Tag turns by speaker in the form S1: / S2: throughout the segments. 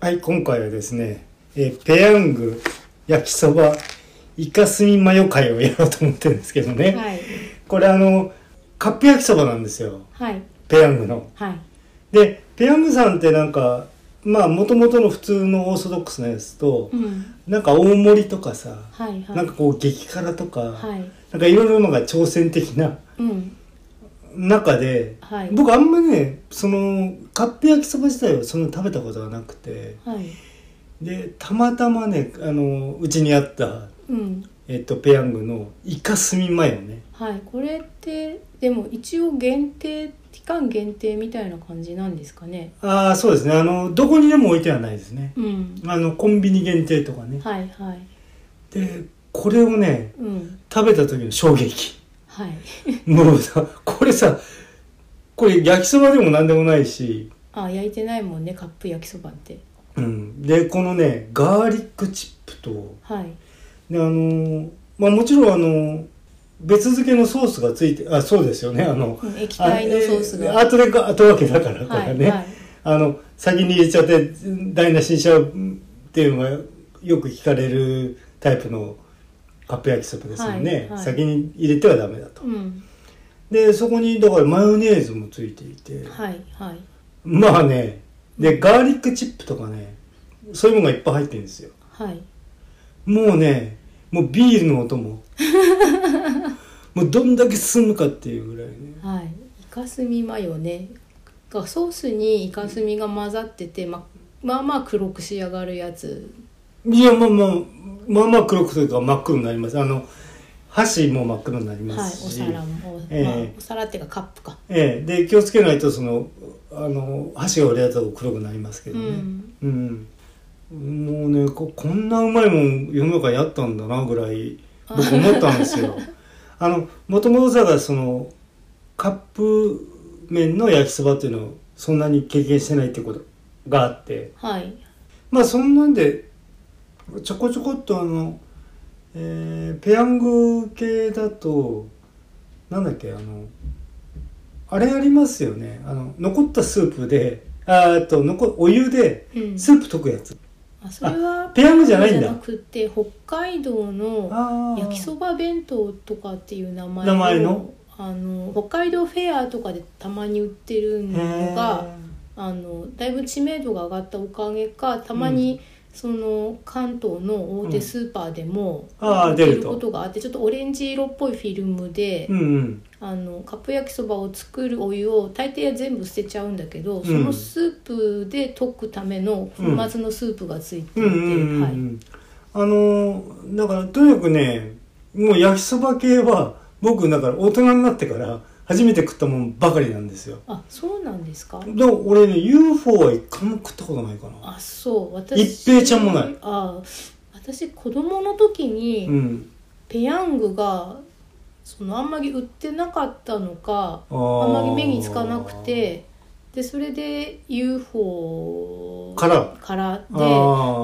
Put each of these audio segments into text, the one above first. S1: はい、今回はですね、えーペヤング焼きそばイカスミマヨ会をやろうと思ってるんですけどね、
S2: はい
S1: これあのカップ焼きそばなんですよ
S2: はい
S1: ペヤングの
S2: はい
S1: でペヤングさんってなんかまあもともとの普通のオーソドックスなやつと、
S2: うん
S1: なんか大盛りとかさ、
S2: はいはい
S1: なんかこう激辛とか、
S2: はい
S1: なんかいろいろのが挑戦的な
S2: うん
S1: 中で、
S2: はい
S1: 僕あんまねそのカップ焼きそば自体はそんな食べたことがなくて
S2: はい
S1: でたまたまねあのうちにあった、
S2: うん
S1: えっと、ペヤングのイカスミマヨね
S2: はいこれってでも一応限定期間限定みたいな感じなんですかね
S1: ああそうですねあのどこにでも置いてはないですね
S2: うん
S1: あのコンビニ限定とかね
S2: はいはい
S1: でこれをね
S2: うん
S1: 食べた時の衝撃
S2: はい
S1: もうさ これさこれ焼きそばでも何でもないし
S2: あ焼いてないもんねカップ焼きそばって
S1: うん、でこのねガーリックチップと
S2: はい
S1: であのーまあもちろんあのー別漬けのソースがついてあそうですよねあの
S2: うん液体のソースが
S1: あえ後でが後分けだからこ
S2: は
S1: れ
S2: い
S1: ね、
S2: はい
S1: あの先に入れちゃって台無しにしちゃうっていうのがよく聞かれるタイプのカップ焼きそばですよね、
S2: はいはい
S1: 先に入れてはダメだと
S2: うん
S1: でそこにだからマヨネーズもついていて
S2: はいはい
S1: まあねでガーリックチップとかねそういうものがいっぱい入ってるんですよ
S2: はい
S1: もうねもうビールの音 ももうどんだけ進むかっていうぐらいね
S2: はいイカスミマヨねがソースにイカスミが混ざっててままあまあ黒く仕上がるやつ
S1: いやまあまあまあまあ黒くというか真っ黒になりますあの箸も真っ黒になり
S2: はい、お
S1: ますし、
S2: 皿も、お
S1: ええ
S2: まあ、お皿っていうかカップか。
S1: ええ、で気をつけないとそのあの箸が折れたと黒くなりますけ
S2: う
S1: どね、
S2: ん、
S1: うんもうねここんなうまいもん世の中にあったんだなぐらい僕思ったんですよあのもともとだからそのカップ麺の焼きそばっていうのをそんなに経験してないってことがあって
S2: はい、
S1: まあそんなんでちょこちょこっとあの、えーペヤング系だとなんだっけあのあれありますよねあの残ったスープであーえっと残お湯で
S2: うん、
S1: スープ溶くやつ、
S2: あ、それは
S1: ペヤングじゃないんだ
S2: ペヤングじゃなくて、北海道の
S1: あー
S2: 焼きそば弁当とかっていう名前
S1: 名前の。
S2: あの北海道フェアとかでたまに売ってるのがあのだいぶ知名度が上がったおかげかたまに、その関東の大手スーパーでも
S1: うんあー
S2: 売って
S1: 出る
S2: る
S1: と
S2: ことがあってちょっとオレンジ色っぽいフィルムで
S1: へーうんうん
S2: あのカップ焼きそばを作るお湯を大抵は全部捨てちゃうんだけど、
S1: ん
S2: そのスープで溶くための粉末のスープがついていて、
S1: うんうんうんう
S2: はい、
S1: んあのーだからとにかくねもう焼きそば系は僕だから大人になってから初めて食ったもんばかりなんですよ
S2: あそうなんですか
S1: でも俺ね UFO は一回も食ったことないかな
S2: あそう私
S1: 一平ちゃんもない
S2: あ私子供の時に、
S1: うん
S2: ペヤングがそのあんまり売ってなかったのか
S1: あ
S2: あ
S1: ー
S2: んまり目につかなくてでそれで UFO
S1: から
S2: からで
S1: あ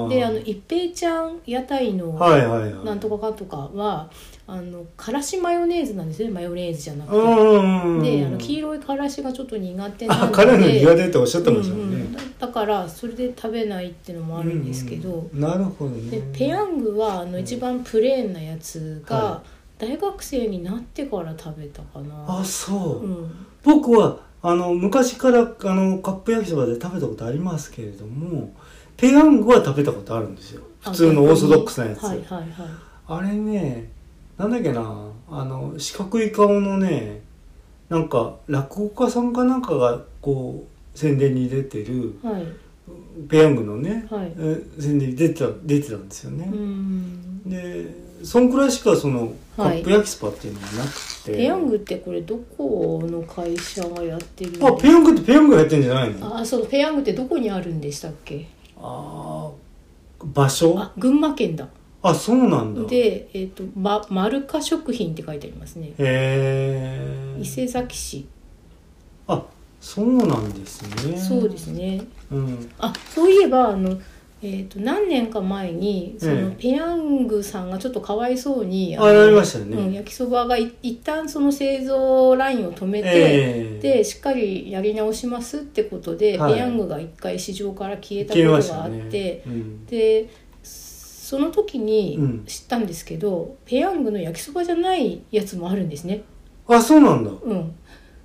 S1: ー
S2: であの一平ちゃん屋台の、
S1: はいはいはい
S2: なんとかかとかはあのからしマヨネーズなんですねマヨネーズじゃなく
S1: う
S2: て、
S1: んうんうん
S2: であの黄色いからしがちょっと苦手な
S1: あ
S2: ので
S1: 彼の苦手っておっしゃってました
S2: う
S1: も
S2: ん
S1: ん
S2: う
S1: ね、
S2: んだだからそれで食べないっていうのもあるんですけど、
S1: うんうんなるほどね
S2: でペヤングはあの一番プレーンなやつ
S1: は
S2: が大学生になってから食べたかな、
S1: あそう、
S2: うん、
S1: 僕はあの昔からあのカップ焼きそばで食べたことありますけれどもペヤングは食べたことあるんですよ普通のオーソドックスなやつ、
S2: はいはいはい
S1: あれねなんだっけなあの四角い顔のねなんか落語家さんかなんかがこう宣伝に出てる
S2: はい
S1: ペヤングのね、
S2: はい
S1: え宣伝に出てた出てたんですよね
S2: う、ん
S1: でそんくらいしかそのカ
S2: はい
S1: ップ焼きそばっていうのがなくて、
S2: ペヤングってこれどこの会社がやってるんです
S1: あ
S2: か
S1: ペヤングってペヤングがやってんじゃないの
S2: あそうペヤングってどこにあるんでしたっけ
S1: ああ場所あ
S2: あ群馬県だ
S1: そうなんだへ
S2: で、えっとま、丸化食品って書いてありますね
S1: え
S2: 伊勢崎市
S1: あそうなんですね
S2: そうですね
S1: うん
S2: あそういえばあのえー、と何年か前にその
S1: ええ
S2: ペヤングさんがちょっとかわいそうに
S1: あなりましたよね
S2: うん、焼きそばがい一旦その製造ラインを止めて、
S1: ええ
S2: でしっかりやり直しますってことで、
S1: はい
S2: ペヤングが一回市場から消えたこ
S1: 消えま
S2: と
S1: した
S2: があっ
S1: よね
S2: て、
S1: うん
S2: でその時
S1: う
S2: に
S1: ん
S2: 知ったんですけど、ペヤングの焼きそばじゃないやつもあるんですね。
S1: あそうなんだ
S2: うん、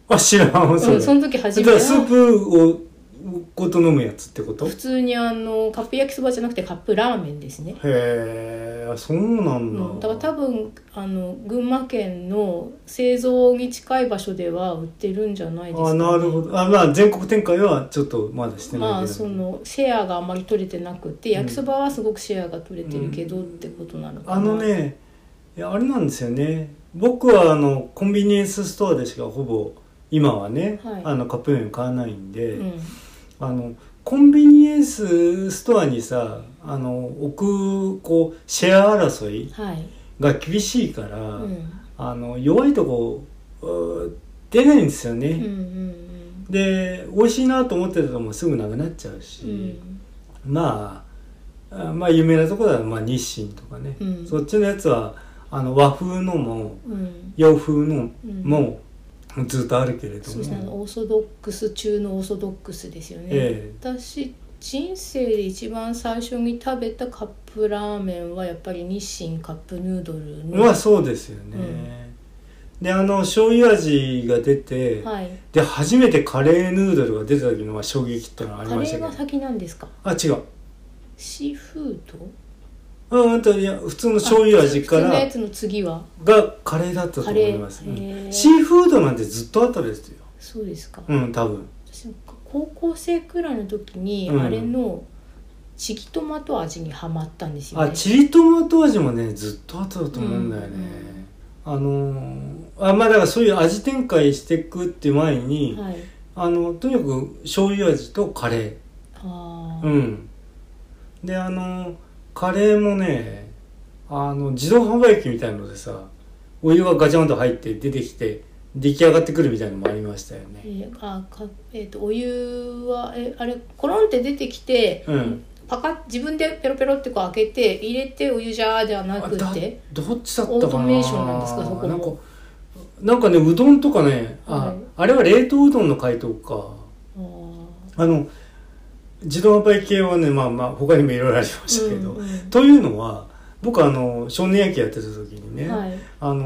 S1: あ知らんそれ、
S2: うん、その時初
S1: だか
S2: めて
S1: らスープをごと飲むやつってことへ
S2: 普通にあのカップ焼きそばじゃなくてカップラーメンですね。
S1: えそうなんだ、
S2: うん、だから多分あの群馬県の製造に近い場所では売ってるんじゃないですか、
S1: あなるほどあまあ全国展開はちょっとまだしてないけど、
S2: まあそのシェアがあんまり取れてなくて
S1: ん
S2: 焼きそばはすごくシェアが取れてるけどってことなのかな、
S1: あのねいやあれなんですよね僕はあのコンビニエンスストアでしかほぼ今はね、
S2: はい
S1: あのカップ麺を買わないんで、
S2: うん
S1: あのコンビニエンスストアにさあの置くこうシェア争い
S2: はい、
S1: が厳しいから、
S2: うん、うん
S1: あの弱いとこう出ないんですよ
S2: うんう
S1: ね、
S2: ん
S1: で美味しいなと思ってたのもすぐなくなっちゃうし、
S2: うん
S1: まああまあ有名なところはまあ日清とかね、
S2: うん
S1: そっちのやつはあの和風のも
S2: うん
S1: 洋風の
S2: うん
S1: もずっとあるけれど
S2: そう
S1: も、
S2: ですねあのオーソドックス中のオーソドックスですよね、
S1: え
S2: 私人生で一番最初に食べたカップラーメンはやっぱり日清カップヌードルの、
S1: まあそうですよね、であの醤油味が出て、
S2: はい、
S1: で初めてカレーヌードルが出た時のまあ衝撃ってのはあり
S2: カ
S1: ま
S2: レ
S1: した
S2: ー
S1: けど
S2: が先なんですか
S1: あ違う
S2: シーフード
S1: うんあんたいや普通の醤油味か
S2: あ普通のや
S1: ら
S2: つの次は
S1: がカレーだったと思います、
S2: カレー
S1: う
S2: へ
S1: ん
S2: ー
S1: シーフードなんてずっと後ですよ
S2: そうですか、
S1: うん多分
S2: 私高校生くらいの時に
S1: うん
S2: あれのチキトマト味にはまったんですよね、
S1: あチリトマト味もねずっと後だと思うんだよね、あのーあまあだからそういう味展開していくっていう前に、
S2: はい
S1: あのとにかく醤油味とカレ
S2: あ
S1: ー
S2: ー、
S1: うんであのーカレーもねあの自動販売機みたいのでさお湯がガチャンと入って出てきて出来上がってくるみたいのもありましたよ
S2: え
S1: ね
S2: ーあかえー、とお湯はえあれコロンって出てきて、
S1: うん
S2: パカッ自分でペロペロってこう開けて入れてお湯じゃーではな
S1: あ
S2: く
S1: だ
S2: て
S1: どっちだった
S2: オー
S1: か
S2: ト
S1: な
S2: メーションなんですかそこも
S1: なんかなんかねうどんとかねあ,、
S2: はい
S1: あれは冷凍うどんの解凍か
S2: あー
S1: あの自動販売系はねまあまあ他にもいろいろありましたけど、
S2: うんうん
S1: というのは僕あの少年野球やってた時にね、
S2: はい
S1: あの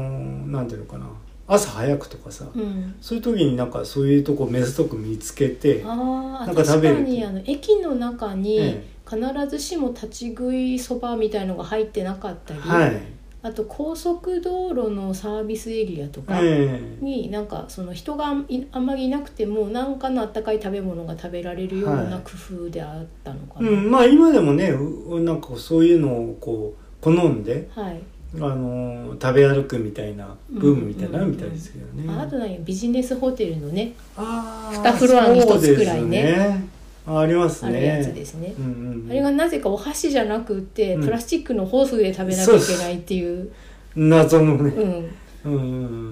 S1: なんていうのかな朝早くとかさ、
S2: うん
S1: そういう時になんかそういうとこ目ざとく見つけて
S2: あ
S1: な
S2: あ
S1: んか食
S2: 確
S1: べ
S2: か
S1: る
S2: にあの駅の中に
S1: え
S2: 必ずしも立ち食いそばみたいのが入ってなかったり、
S1: はい、
S2: あと高速道路のサービスエリアとか
S1: ええ
S2: になんかその人がいあんまりいなくても何かのあったかい食べ物が食べられるよう
S1: は
S2: ない工夫であったのかな、
S1: う、ん、まあ今でもねうなんかそういうのをこう好んで
S2: はい
S1: あの食べ歩くみたいなブームみたいなのあるみたいですけどね、
S2: ああと何やビジネスホテルのね
S1: あー
S2: 二フロアに一つくら
S1: そ
S2: いね
S1: うですねあります
S2: あ
S1: ね
S2: るやつですね
S1: う、んうん、
S2: あれがなぜかお箸じゃなくて、
S1: うん
S2: プラスチックのホースで食べなきゃいけないっていう
S1: 謎の
S2: う
S1: ね、う
S2: ん
S1: んうんう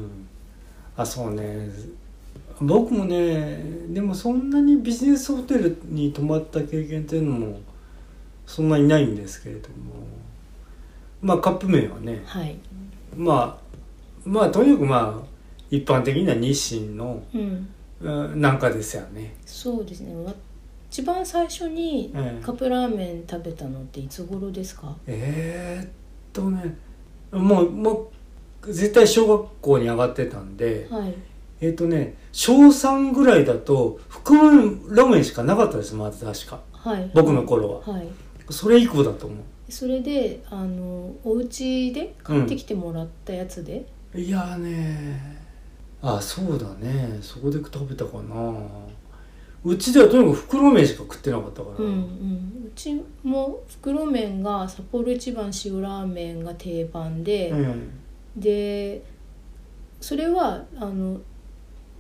S1: ん、あそうね僕もねでもそんなにビジネスホテルに泊まった経験っていうのもそんなにないんですけれどもまあカップ麺はね
S2: はい
S1: まあまあとにかくまあ一般的には日清の
S2: うん
S1: うんなんかですよね
S2: そうですねわ一番最初に
S1: ええ
S2: カップラーメン食べたのっていつ頃ですか、
S1: えー、っとねもうもう絶対小学校に上がってたんで
S2: はい
S1: えー、っとね小3ぐらいだと袋ラメンしかなかったですまず確か
S2: はい
S1: 僕の頃
S2: はい
S1: はそれ以降だと思
S2: それであのお家で買ってきてもらったやつで、
S1: ういやーねーあそうだねそこで食べたかなうちではとにかく袋麺しか食ってなかったから、
S2: うん、うんうちも袋麺が札幌一番塩ラーメンが定番で、
S1: うん
S2: でそれはあの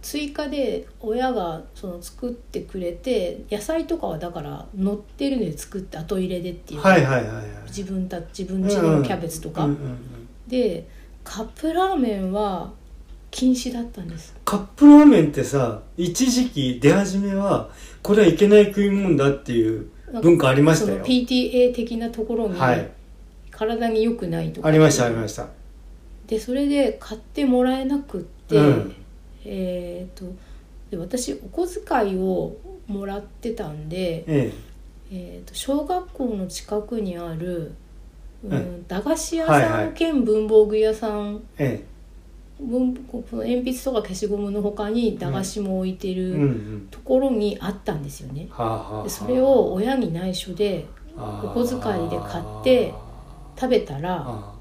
S2: 追加で親がその作ってくれて野菜とかはだから乗ってるので作って後入れでっていう、
S1: はいはいはいはい
S2: 自分た自分家のキャベツとか、
S1: うんうんうん
S2: でカップラーメンは禁止だったんです
S1: カップラーメンってさ一時期出始めはこれはいけない食い物だっていう
S2: なんか
S1: 文化ありました
S2: そ
S1: よ
S2: の PTA 的なところに、
S1: はい
S2: 体に良くないとか
S1: ありましたありました
S2: でそれで買ってもらえなくって、
S1: うん
S2: えー、とで私お小遣いをもらってたんで、
S1: え
S2: えー、と小学校の近くにある、うん
S1: うん
S2: 駄菓子屋
S1: はい
S2: さ
S1: はい
S2: ん兼文房具屋さん、
S1: ええ
S2: 文この鉛筆とか消しゴムのほかに駄菓子も置いて
S1: えうん
S2: る
S1: うん
S2: ところにあったんですよね。
S1: はあはあはあ
S2: でそれを親に内緒でお小遣いで買って食べたら。
S1: あ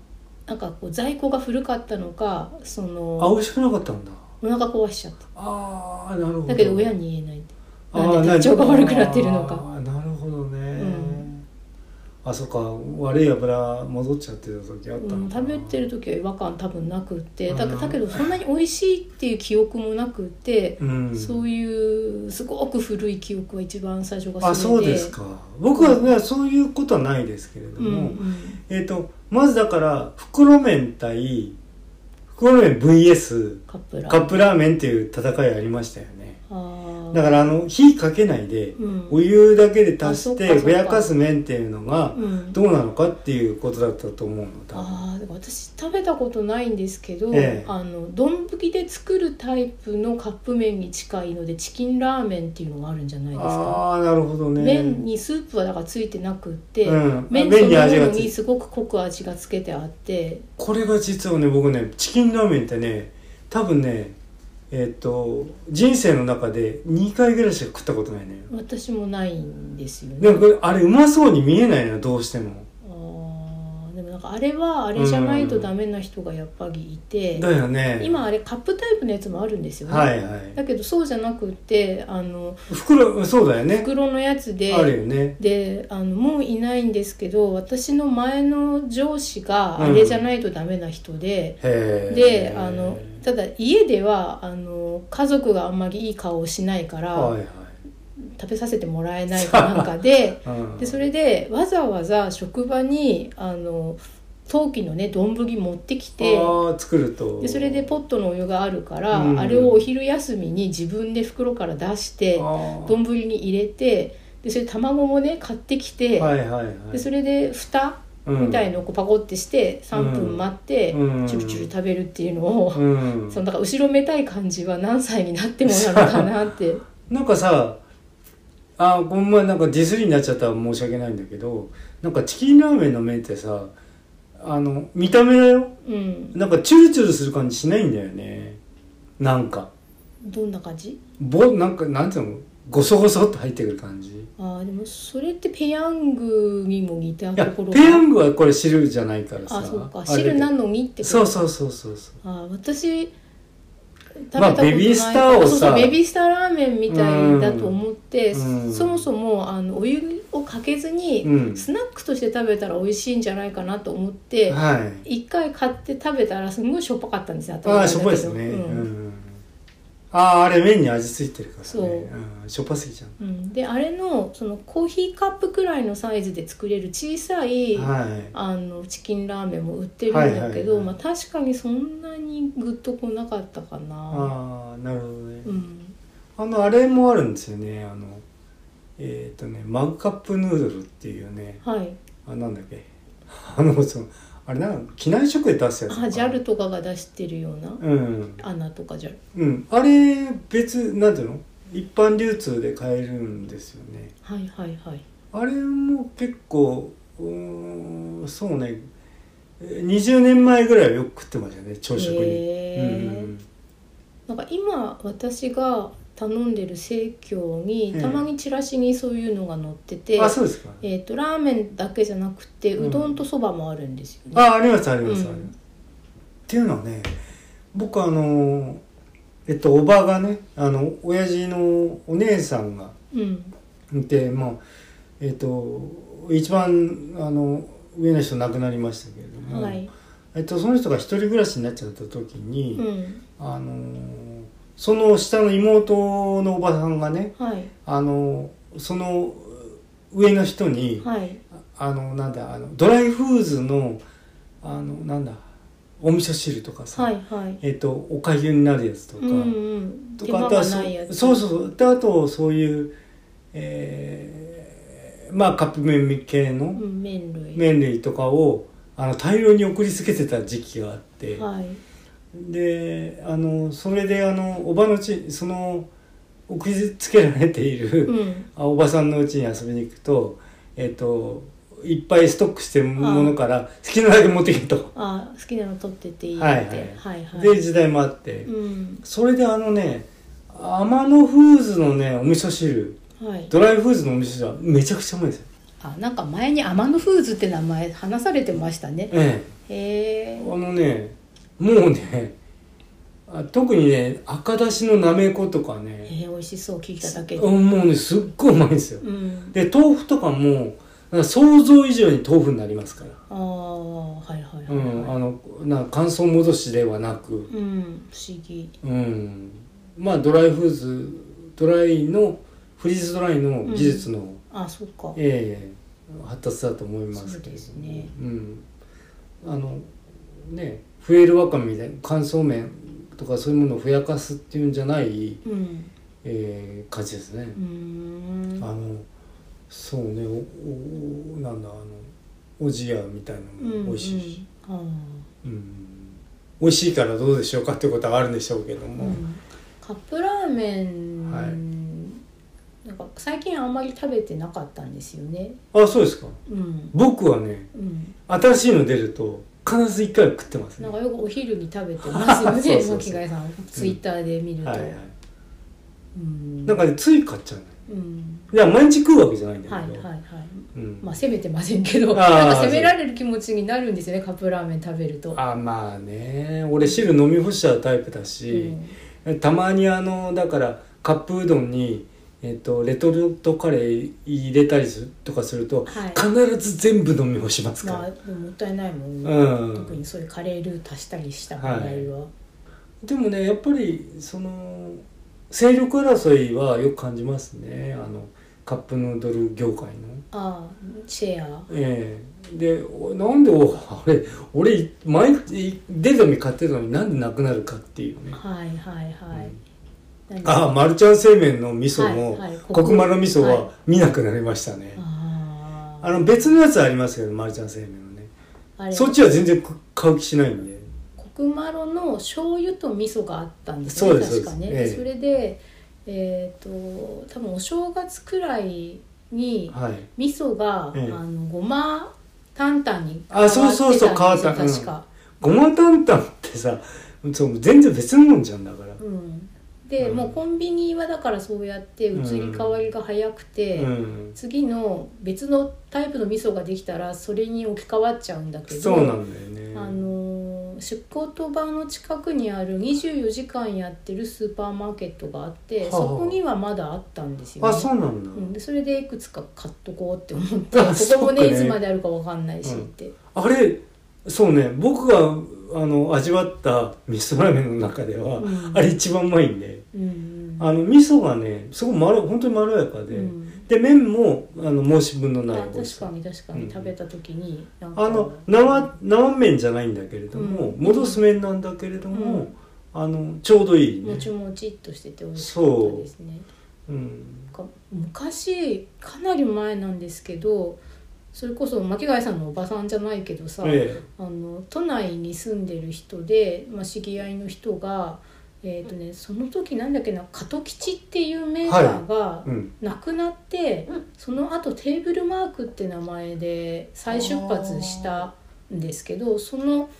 S2: なんかこう在庫が古かったのかそ
S1: ーあ
S2: の
S1: 美味しくなかったんだ
S2: お腹壊しちゃった
S1: ああなるほど
S2: だけど親に言えないなんで体調が悪くなってるの
S1: あ
S2: か
S1: ーなるほどね、
S2: ん
S1: あそっか悪い油戻っちゃってた時あった
S2: う
S1: の
S2: ん、
S1: かな
S2: 食べてる時は違和感多分なくってだ
S1: うん
S2: だけどそんなに美味しいっていう記憶もなくって、
S1: うん
S2: そういうすごく古い記憶は一番最初が
S1: あそうですか僕は、ねそういうことはないですけれど
S2: うんう
S1: も、
S2: ん、
S1: えっ、とまずだから袋麺対袋麺 VS
S2: カップラ
S1: カップラーメンっていう戦いありましたよね
S2: あー
S1: だからあの火かけないで
S2: うん
S1: お湯だけで足し
S2: あそっかそ
S1: て
S2: っか
S1: ふやかす麺っていうのが
S2: うん
S1: どうなのかっていうことだったと思うの多分
S2: あーだから私食べたことないんですけど、
S1: ええ
S2: あの丼で作るタイプのカップ麺に近いのでチキンラーメンっていうのがあるんじゃないですか、
S1: ああなるほどね
S2: 麺にスープはだからついてなくって、
S1: うん
S2: 麺そ
S1: 麺
S2: のも
S1: に味が
S2: の
S1: つい
S2: にすごく濃く味がつけてあって
S1: これが実はね僕ねチキンラーメンってね多分ねえっ、と人生の中で2回ぐらいしか食ったことないのよ
S2: 私もないんですよ
S1: でも
S2: ね
S1: これあれうまそうに見えないのよどうしても
S2: あーでもなんかあれはあれじゃないとダメな人がやっぱりいて、
S1: だよね
S2: 今あれカップタイプのやつもあるんですよね、
S1: はいはい
S2: だけどそうじゃなくってあの
S1: 袋そうだよね
S2: 袋のやつで
S1: あるよね
S2: であのもういないんですけど私の前の上司が
S1: うん
S2: あれじゃないとダメな人で、
S1: へえ
S2: であのただ家ではあの家族があんまりいい顔をしないから、
S1: はいはい
S2: 食べさせてもらえないかなん かで
S1: うん
S2: でそれでわざわざ職場にあの陶器のね丼持ってきて。
S1: ああ作ると
S2: でそれでポットのお湯があるから、
S1: うん
S2: あれをお昼休みに自分で袋から出して
S1: ッ
S2: 丼に入れてでそれ卵もね買ってきて、
S1: はいはいはい
S2: でそれで蓋みたいのをこうパコってして3分待って
S1: うん
S2: チュルチュル食べるっていうのを、
S1: うん
S2: そのだから後ろめたい感じは何歳になってもなのかなって
S1: なんかさあーごめんなんかディスりになっちゃったら申し訳ないんだけどなんかチキンラーメンの麺ってさあの見た目だよ
S2: うん
S1: なんかチュルチュルする感じしないんだよねなんか
S2: どんな感じ
S1: ぼなんかなんていうのごそごそっと入ってくる感じい
S2: あーでもそれってペヤングにも似た
S1: や
S2: ところ
S1: ペヤングはこれ汁じゃないからさ
S2: あそうか
S1: れ
S2: 汁なのにってこと
S1: そうそうそうそうそう
S2: あー私
S1: まあ
S2: 食べたことない
S1: ベビースターをさ
S2: そうそうベビースターラーメンみたいだと思って、
S1: うん
S2: そもそもあのお湯をかけずに、
S1: うん
S2: スナックとして食べたら美味しいんじゃないかなと思って
S1: はい
S2: 一回買って食べたらすごいしょっぱかったんですよ
S1: ああしょっぱいですね、う
S2: うんん
S1: あああれ麺に味付いてるからね、
S2: そうん
S1: しょっぱすぎちゃう
S2: うんであれのそのコーヒーカップくらいのサイズで作れる小さい、
S1: はい
S2: あのチキンラーメンも売ってるんだけど、
S1: はいはいはい
S2: まあ、確かにそんなにグッとこなかったかな。
S1: ああなるほどね、
S2: うん、
S1: あのあれもあるんですよねあのえっ、とねマグカップヌードルっていうね
S2: はい
S1: あなんだっけあのそのあれなん機内食で出すやつ
S2: あ JAL とかが出してるような
S1: うん、
S2: 穴とか JAL
S1: うん、あれ別なんていうの一般流通で買えるんですよね
S2: はいはいはい
S1: あれも結構うーんそうね20年前ぐらいはよく食ってましたね朝食に、
S2: へー
S1: うんうん
S2: なんか今私が頼んでる生協
S1: え
S2: に
S1: え
S2: たまにチラシにそういうのが載ってて、
S1: うん、あそうですか
S2: えー、とラーメンだけじゃなくて
S1: うん
S2: うどんとそばもあるんですよね。
S1: あありますあります、
S2: うん
S1: ありますっていうのはね僕あのえっとおばがねあの親父のお姉さんが
S2: うん
S1: いてまあえっと一番あの上の人亡くなりましたけれども、
S2: はい、
S1: えっと、その人が一人暮らしになっちゃった時
S2: う
S1: に、
S2: ん
S1: あのその下の妹のおばさんがね
S2: はい
S1: あのその上の人に、
S2: はい
S1: あのなんだあのドライフーズのあのなんだお味噌汁とかさ、
S2: はいはい
S1: えっとおかゆになるやつとか、
S2: うんうん
S1: と
S2: 手
S1: か
S2: 間
S1: あとは
S2: が
S1: そ
S2: ないやつ
S1: そうそうそうであとそういう、えまあカップ麺系の
S2: うん麺類
S1: 麺類とかをあの大量に送りつけてた時期があって、
S2: はい
S1: であのそれであのおばのちその送りつけられている、
S2: うん
S1: あおばさんの家に遊びに行くとえっ、といっぱいストックしてるものから好きなだけ持ってけと、
S2: あ好きなの取ってていいって
S1: はい
S2: はいはい
S1: で時代もあって、
S2: うん
S1: それであのね天野フーズのねお味噌汁
S2: はい
S1: ドライフーズのお味噌汁はめちゃくちゃうまいですよ
S2: あなんか前に天野フーズって名前話されてましたね
S1: え
S2: へ
S1: え
S2: え
S1: あのねもうねあ特にね赤だしのなめことか
S2: え
S1: ね
S2: ー、美味しそう聞いただけで
S1: うんもうねすっごいうまいんですよ
S2: うん
S1: で豆腐とかもなんか想像以上に豆腐になりますから
S2: ああはいはいは
S1: う
S2: い
S1: ん、
S2: は
S1: あのなんか乾燥戻しではなく、
S2: いうん不思議
S1: うん、まあドライフーズドライのフリーズドライの技術の、
S2: あそっか
S1: ええ発達だと思いますけど
S2: そうですね
S1: うん、あのねフエルワカメみたいな乾燥麺とかそういうものをふやかすっていうんじゃない、
S2: うん
S1: ええ感じですね
S2: うー。ん
S1: あのそうねおおなんだあのおじやみたいなのも美味しいし。
S2: うんうん
S1: うん美味しいからどうでしょうかってことはあるんでしょうけど
S2: あー
S1: も、
S2: うんカップラーメン、
S1: はい
S2: なんか最近あんまり食べてなかったんですよね
S1: あそうですか
S2: うん
S1: 僕はね
S2: うん
S1: 新しいの出ると必ず一回は食ってますね
S2: なん
S1: は
S2: かよくお昼に食べてますよ ね
S1: そうそうそう
S2: 巻貝さんツイッターで見る
S1: い
S2: と、
S1: はい
S2: うん
S1: なんかねつい買っちゃうね
S2: うん
S1: いや毎日食うわけじゃないんだ
S2: はい
S1: け
S2: はい
S1: ど、
S2: はい
S1: うん
S2: まあ責めてませんけど
S1: あー
S2: なんか責められる気持ちになるんですよねカップラーメン食べると
S1: あまあね俺汁飲み干しちゃうタイプだし、たまにあのだからカップうどんに、えっとレトルトカレー入れたりするとかすると、
S2: はい
S1: 必ず全部飲み干します
S2: ま
S1: か
S2: あでももったいないもん
S1: ら、
S2: ね、
S1: うん
S2: 特にそういうカレールー足したりした場合は、
S1: でもねやっぱりその勢力争いはよく感じますねあのカップヌードル業界の。
S2: ああシェア
S1: ええでおなんでおあれ俺毎日出るたび買ってたのになんでなくなるかっていうね。
S2: はいはいはい、何
S1: ああマルちゃん製麺の味噌も、
S2: はいはい
S1: コクマの味噌
S2: は
S1: は見なくなりましたね。
S2: あ
S1: あの別のやつありますけどマルちゃん製麺のね。
S2: ああれ
S1: そっちは全然く買う気しないんで。
S2: コクマロの醤油と味噌があったんです
S1: そう
S2: ね
S1: です
S2: 確かね
S1: そうですええ
S2: それでえっ、と多分お正月くらいに
S1: はい。
S2: 味噌が、
S1: ええ
S2: あのごま担々に
S1: あそうそうそう
S2: 変わって
S1: 変
S2: たん
S1: わった
S2: ですよ確か、
S1: ごま担々ってさ、そう全然別のもんじゃんだから。
S2: うん、で、
S1: うん
S2: もうコンビニはだからそうやって移り変わりが早くて、
S1: うん。
S2: 次の別のタイプの味噌ができたらそれに置き換わっちゃうんだけど
S1: そうなんだよね。
S2: あのー出向と場の近くにある24時間やってるスーパーマーケットがあって、
S1: はあ
S2: そこにはまだあったんですよ、ね
S1: あ、そうなんだ。
S2: うん、でそれでいくつか買っとこうって思って こ
S1: あそう
S2: こもね
S1: ね
S2: いつまであるかわかんないしって、
S1: あれ、そうね、僕があの味わった味噌ラーメンの中では、
S2: うん
S1: あれ一番うまいんで、
S2: うんうん
S1: あの味噌がね、すごいまろ本当にまろやかで、
S2: うん
S1: で麺もあの申し分の
S2: あ
S1: ない美味し
S2: 確
S1: さ。
S2: かに確かに食べた時になんか
S1: あの生生麺じゃないんだけれども、
S2: うん
S1: 戻す麺なんだけれど
S2: う
S1: も、
S2: ん
S1: あのちょうどいいね
S2: も。ちもちっとしてて美味しかったですね
S1: うん。
S2: なんか昔かなり前なんですけどそれこそ巻貝さんのおばさんじゃないけどさ、
S1: え
S2: あの都内に住んでる人で、まあ、知り合いの人が、えーとね、その時なんだっけな加藤吉っていうメーカーが
S1: え、うん。
S2: 亡くなって、その後テーブルマークって名前で再出発したんですけどその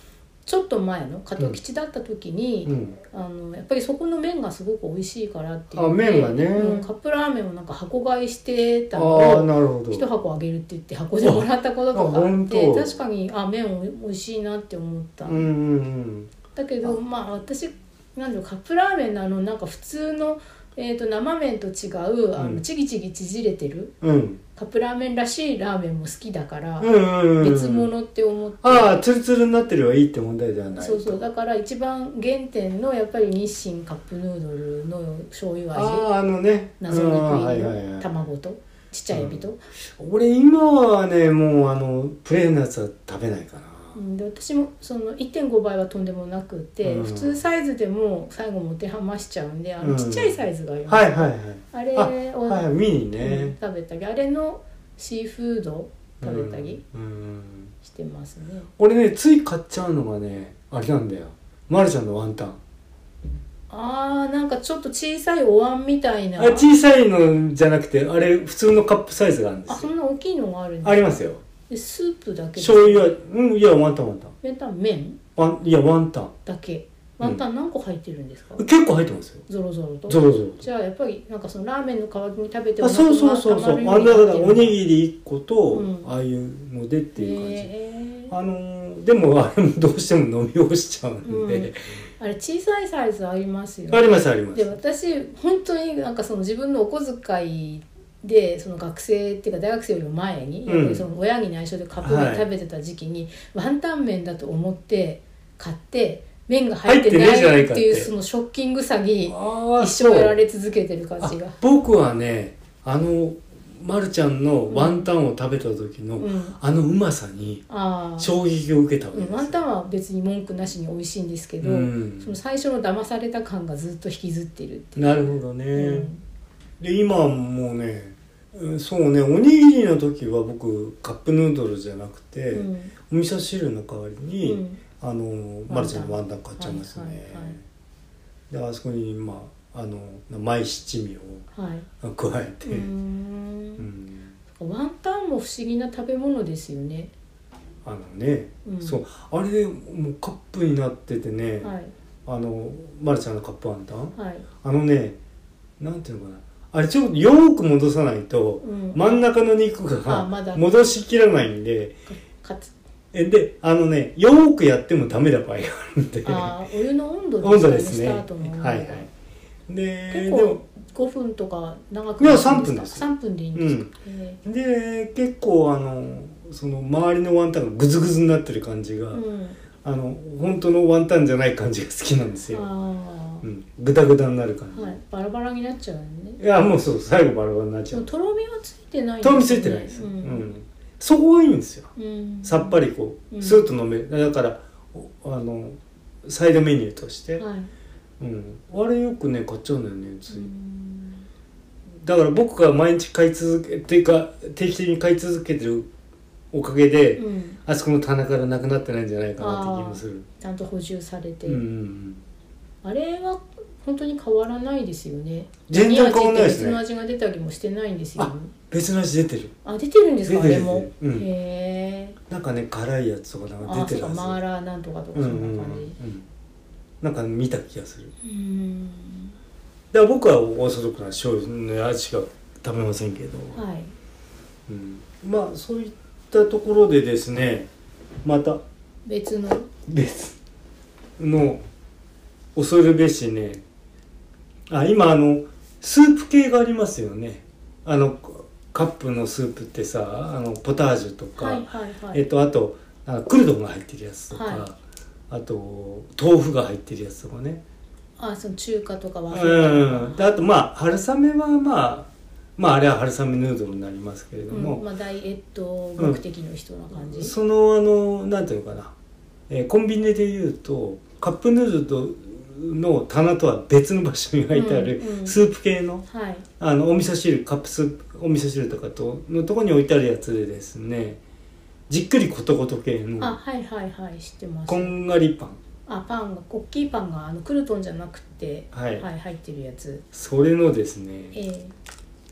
S2: ちょっと前の加藤吉だった時に、
S1: うん。
S2: あのやっぱりそこの麺がすごく美味しいからってい
S1: あ
S2: う
S1: 麺がね
S2: うんカップラーメンをなんか箱買いして
S1: あ
S2: た
S1: あ
S2: のを
S1: ー、なるほど。
S2: 一箱あげるって言って箱でもらったこととか
S1: あ
S2: あっ
S1: 本
S2: て
S1: 当
S2: 確かにあ麺美味しいなって思った、
S1: うんうんうん。
S2: だけどまあ私なんだろうカップラーメンのあのなんか普通の、えー、と生麺と違う
S1: う
S2: あの
S1: ん
S2: ちぎちぎ縮れてる
S1: うん。
S2: カップラーメンらしいラーメンも好きだから、
S1: うんうんうん。
S2: 別物って思って。
S1: ああツルツルになってればいいって問題ではない
S2: そうそうだから一番原点のやっぱり日清カップヌードルの醤油味
S1: あああのね
S2: 謎肉
S1: ああ
S2: 入
S1: は
S2: り
S1: い
S2: の
S1: はいはい
S2: 卵とちっちゃいエビと、
S1: 俺今はねもうあのプレーンなやつは食べないかな
S2: うんで私もその1.5倍はとんでもなくて、
S1: うん
S2: 普通サイズでも最後持て余しちゃうんであ
S1: う
S2: の
S1: ん
S2: ちっちゃいサイズがあります、
S1: はいはいはい
S2: あれ
S1: あ
S2: を、
S1: はいミニ
S2: うん
S1: ね
S2: 食べたりあれのシーフード食べたり
S1: うんうん
S2: してますね、
S1: 俺ねつい買っちゃうのがねあれなんだよマルちゃんのワンタン
S2: あーなんかちょっと小さいお椀みたいな
S1: あ小さいのじゃなくてあれ普通のカップサイズがあるんで
S2: あ
S1: す
S2: そ
S1: よ
S2: んな大きいのがあるん
S1: ありますよ
S2: でスープだけです
S1: 醤油はうんいやワンタンワンタン
S2: えた麺
S1: ワンいやワンタン
S2: だけワンタン何個入ってるんですか、
S1: 結構入ってますよ
S2: ゾロゾロと
S1: ゾロゾロ
S2: じゃあやっぱりなんかそのラーメンの代わりに食べて
S1: あそうそうそうそうあ
S2: あ
S1: のだからおにぎり1個と、
S2: うん
S1: ああいうのでっていう感じ、
S2: え
S1: あのーでもあれもどうしても飲み干しちゃうんで、
S2: あれ小さいサイズありますよ
S1: ありますあります
S2: で私本当になんかその自分のお小遣いでその学生っていうか大学生よりも前に、
S1: うん
S2: やっぱりその親に内緒でカップ
S1: は
S2: 麺
S1: い
S2: 食べてた時期に、ワンタン麺だと思って買って麺が
S1: 入
S2: 入
S1: っ
S2: ってて
S1: ね
S2: ない
S1: えじゃないかっ
S2: ってていうそのショッキングさに
S1: ああ
S2: 一生やられ続けてる感じが
S1: あ。僕はねあのまるちゃんのワンタンを食べた時の、
S2: うん、
S1: あのうまさに
S2: ああ、
S1: 衝撃を受けたわけ
S2: う
S1: です
S2: ん、
S1: よ
S2: ワンタンは別に文句なしに美味しいんですけど、
S1: うん
S2: その最初の騙された感がずっと引きずってるっていう。
S1: なるほどね、
S2: うん
S1: で今もうねうんそうねおにぎりの時は僕カップヌードルじゃなくて、
S2: うん
S1: お味噌汁の代わりに、
S2: うん
S1: あのマルちゃんのワンタン買っちゃいますね、
S2: はいはいはい
S1: であそこにまああの舞七味
S2: はい、
S1: を加えて、
S2: うー
S1: うん
S2: んワンタンも不思議な食べ物ですよね。
S1: あのね、
S2: うん
S1: そうあれもうカップになっててね、
S2: はい
S1: あのマルちゃんのカップワンタン
S2: はい。
S1: あのねなんていうのかなあれちょっとよーく戻さないと、
S2: うん
S1: 真ん中の肉
S2: あま
S1: が
S2: だ
S1: 戻しきらないんで、
S2: かつ
S1: えであのねよーくやってもダメな場合があるんで
S2: あーお湯の温度
S1: 温度で
S2: か
S1: すね
S2: スタートの温度
S1: はいはいでで
S2: 結構
S1: も
S2: 五分とか長く
S1: いや
S2: なるん
S1: 三
S2: 三分でいいんですか。え
S1: で結構あのその周りのワンタンがグズグズになってる感じが、
S2: えうん。
S1: あの本当のワンタンじゃない感じが好きなんですよ、
S2: あ
S1: うん、グダグダになる感
S2: あ
S1: じ、
S2: はいバラバラになっちゃうよね。
S1: い、やもうそう最後バラバラになっち
S2: で
S1: ゃ
S2: も
S1: う
S2: とろみはついてないんです
S1: と
S2: よ
S1: ろ
S2: ね。
S1: みついてないです、
S2: う
S1: うん
S2: ん。
S1: そこがいいんですよ
S2: うん
S1: さっぱりこ
S2: う
S1: うんスーッと飲めるだからおあのサイドメニューとして、
S2: はい。
S1: うん、あれよくね買っちゃうんだよねつい、
S2: うん
S1: だから僕が毎日買い続けっていうか定期的に買い続けてるおかげで、
S2: うん。
S1: あそこの棚からなくなってないんじゃないかなって気もする
S2: ちゃんと補充されて、
S1: うんうんうん
S2: あれは本当に変わらないですよね。
S1: 全然変わらないですね
S2: 何味って別の味が出たりもしてないんですよ、ね。
S1: 別の味出てる
S2: あ出てるんですかあ
S1: 出て
S2: れ
S1: る
S2: も、
S1: 出てるうん
S2: へえ
S1: なんかね辛いやつとかなんか
S2: あ
S1: 出
S2: そ
S1: て
S2: う
S1: る
S2: か
S1: はず
S2: マーラーなんとかとか
S1: うん
S2: そ
S1: うんんうん
S2: な感
S1: う
S2: じ
S1: んなんか見た気がする
S2: うーん
S1: だから僕はオーソドックスな醤油の味しか食べませんけど、
S2: はい
S1: うん、まあそういったところでですねまた
S2: 別の
S1: 別の恐るべしねあ今あのスープ系がありますよねあのカップのスープってさあのポタージュとか、
S2: はいはいはい、
S1: えっとあとあクルドンが入ってるやつとか、
S2: は
S1: あと豆腐が入ってるやつとかね
S2: あその中華とか和
S1: うん
S2: と
S1: で
S2: か
S1: あとまあ春雨はまあまああれは春雨ヌードルになりますけれど
S2: うん
S1: も、
S2: まあダイエット目的の人な感じ、
S1: そのあのなんていうのかな、えーコンビニでいうとカップヌードルの棚とは別の場所に置いてある
S2: うんうん
S1: スープ系の
S2: はい
S1: あのお味噌汁カップスープお味噌汁とかとのとこに置いてあるやつでですねじっくりコトコト系
S2: あ
S1: の
S2: はいはいはい知ってます
S1: こんがりパン
S2: あパンが大きいパンがあのクルトンじゃなくて
S1: はい
S2: 入ってるやつ
S1: それのです
S2: え
S1: ね
S2: ー、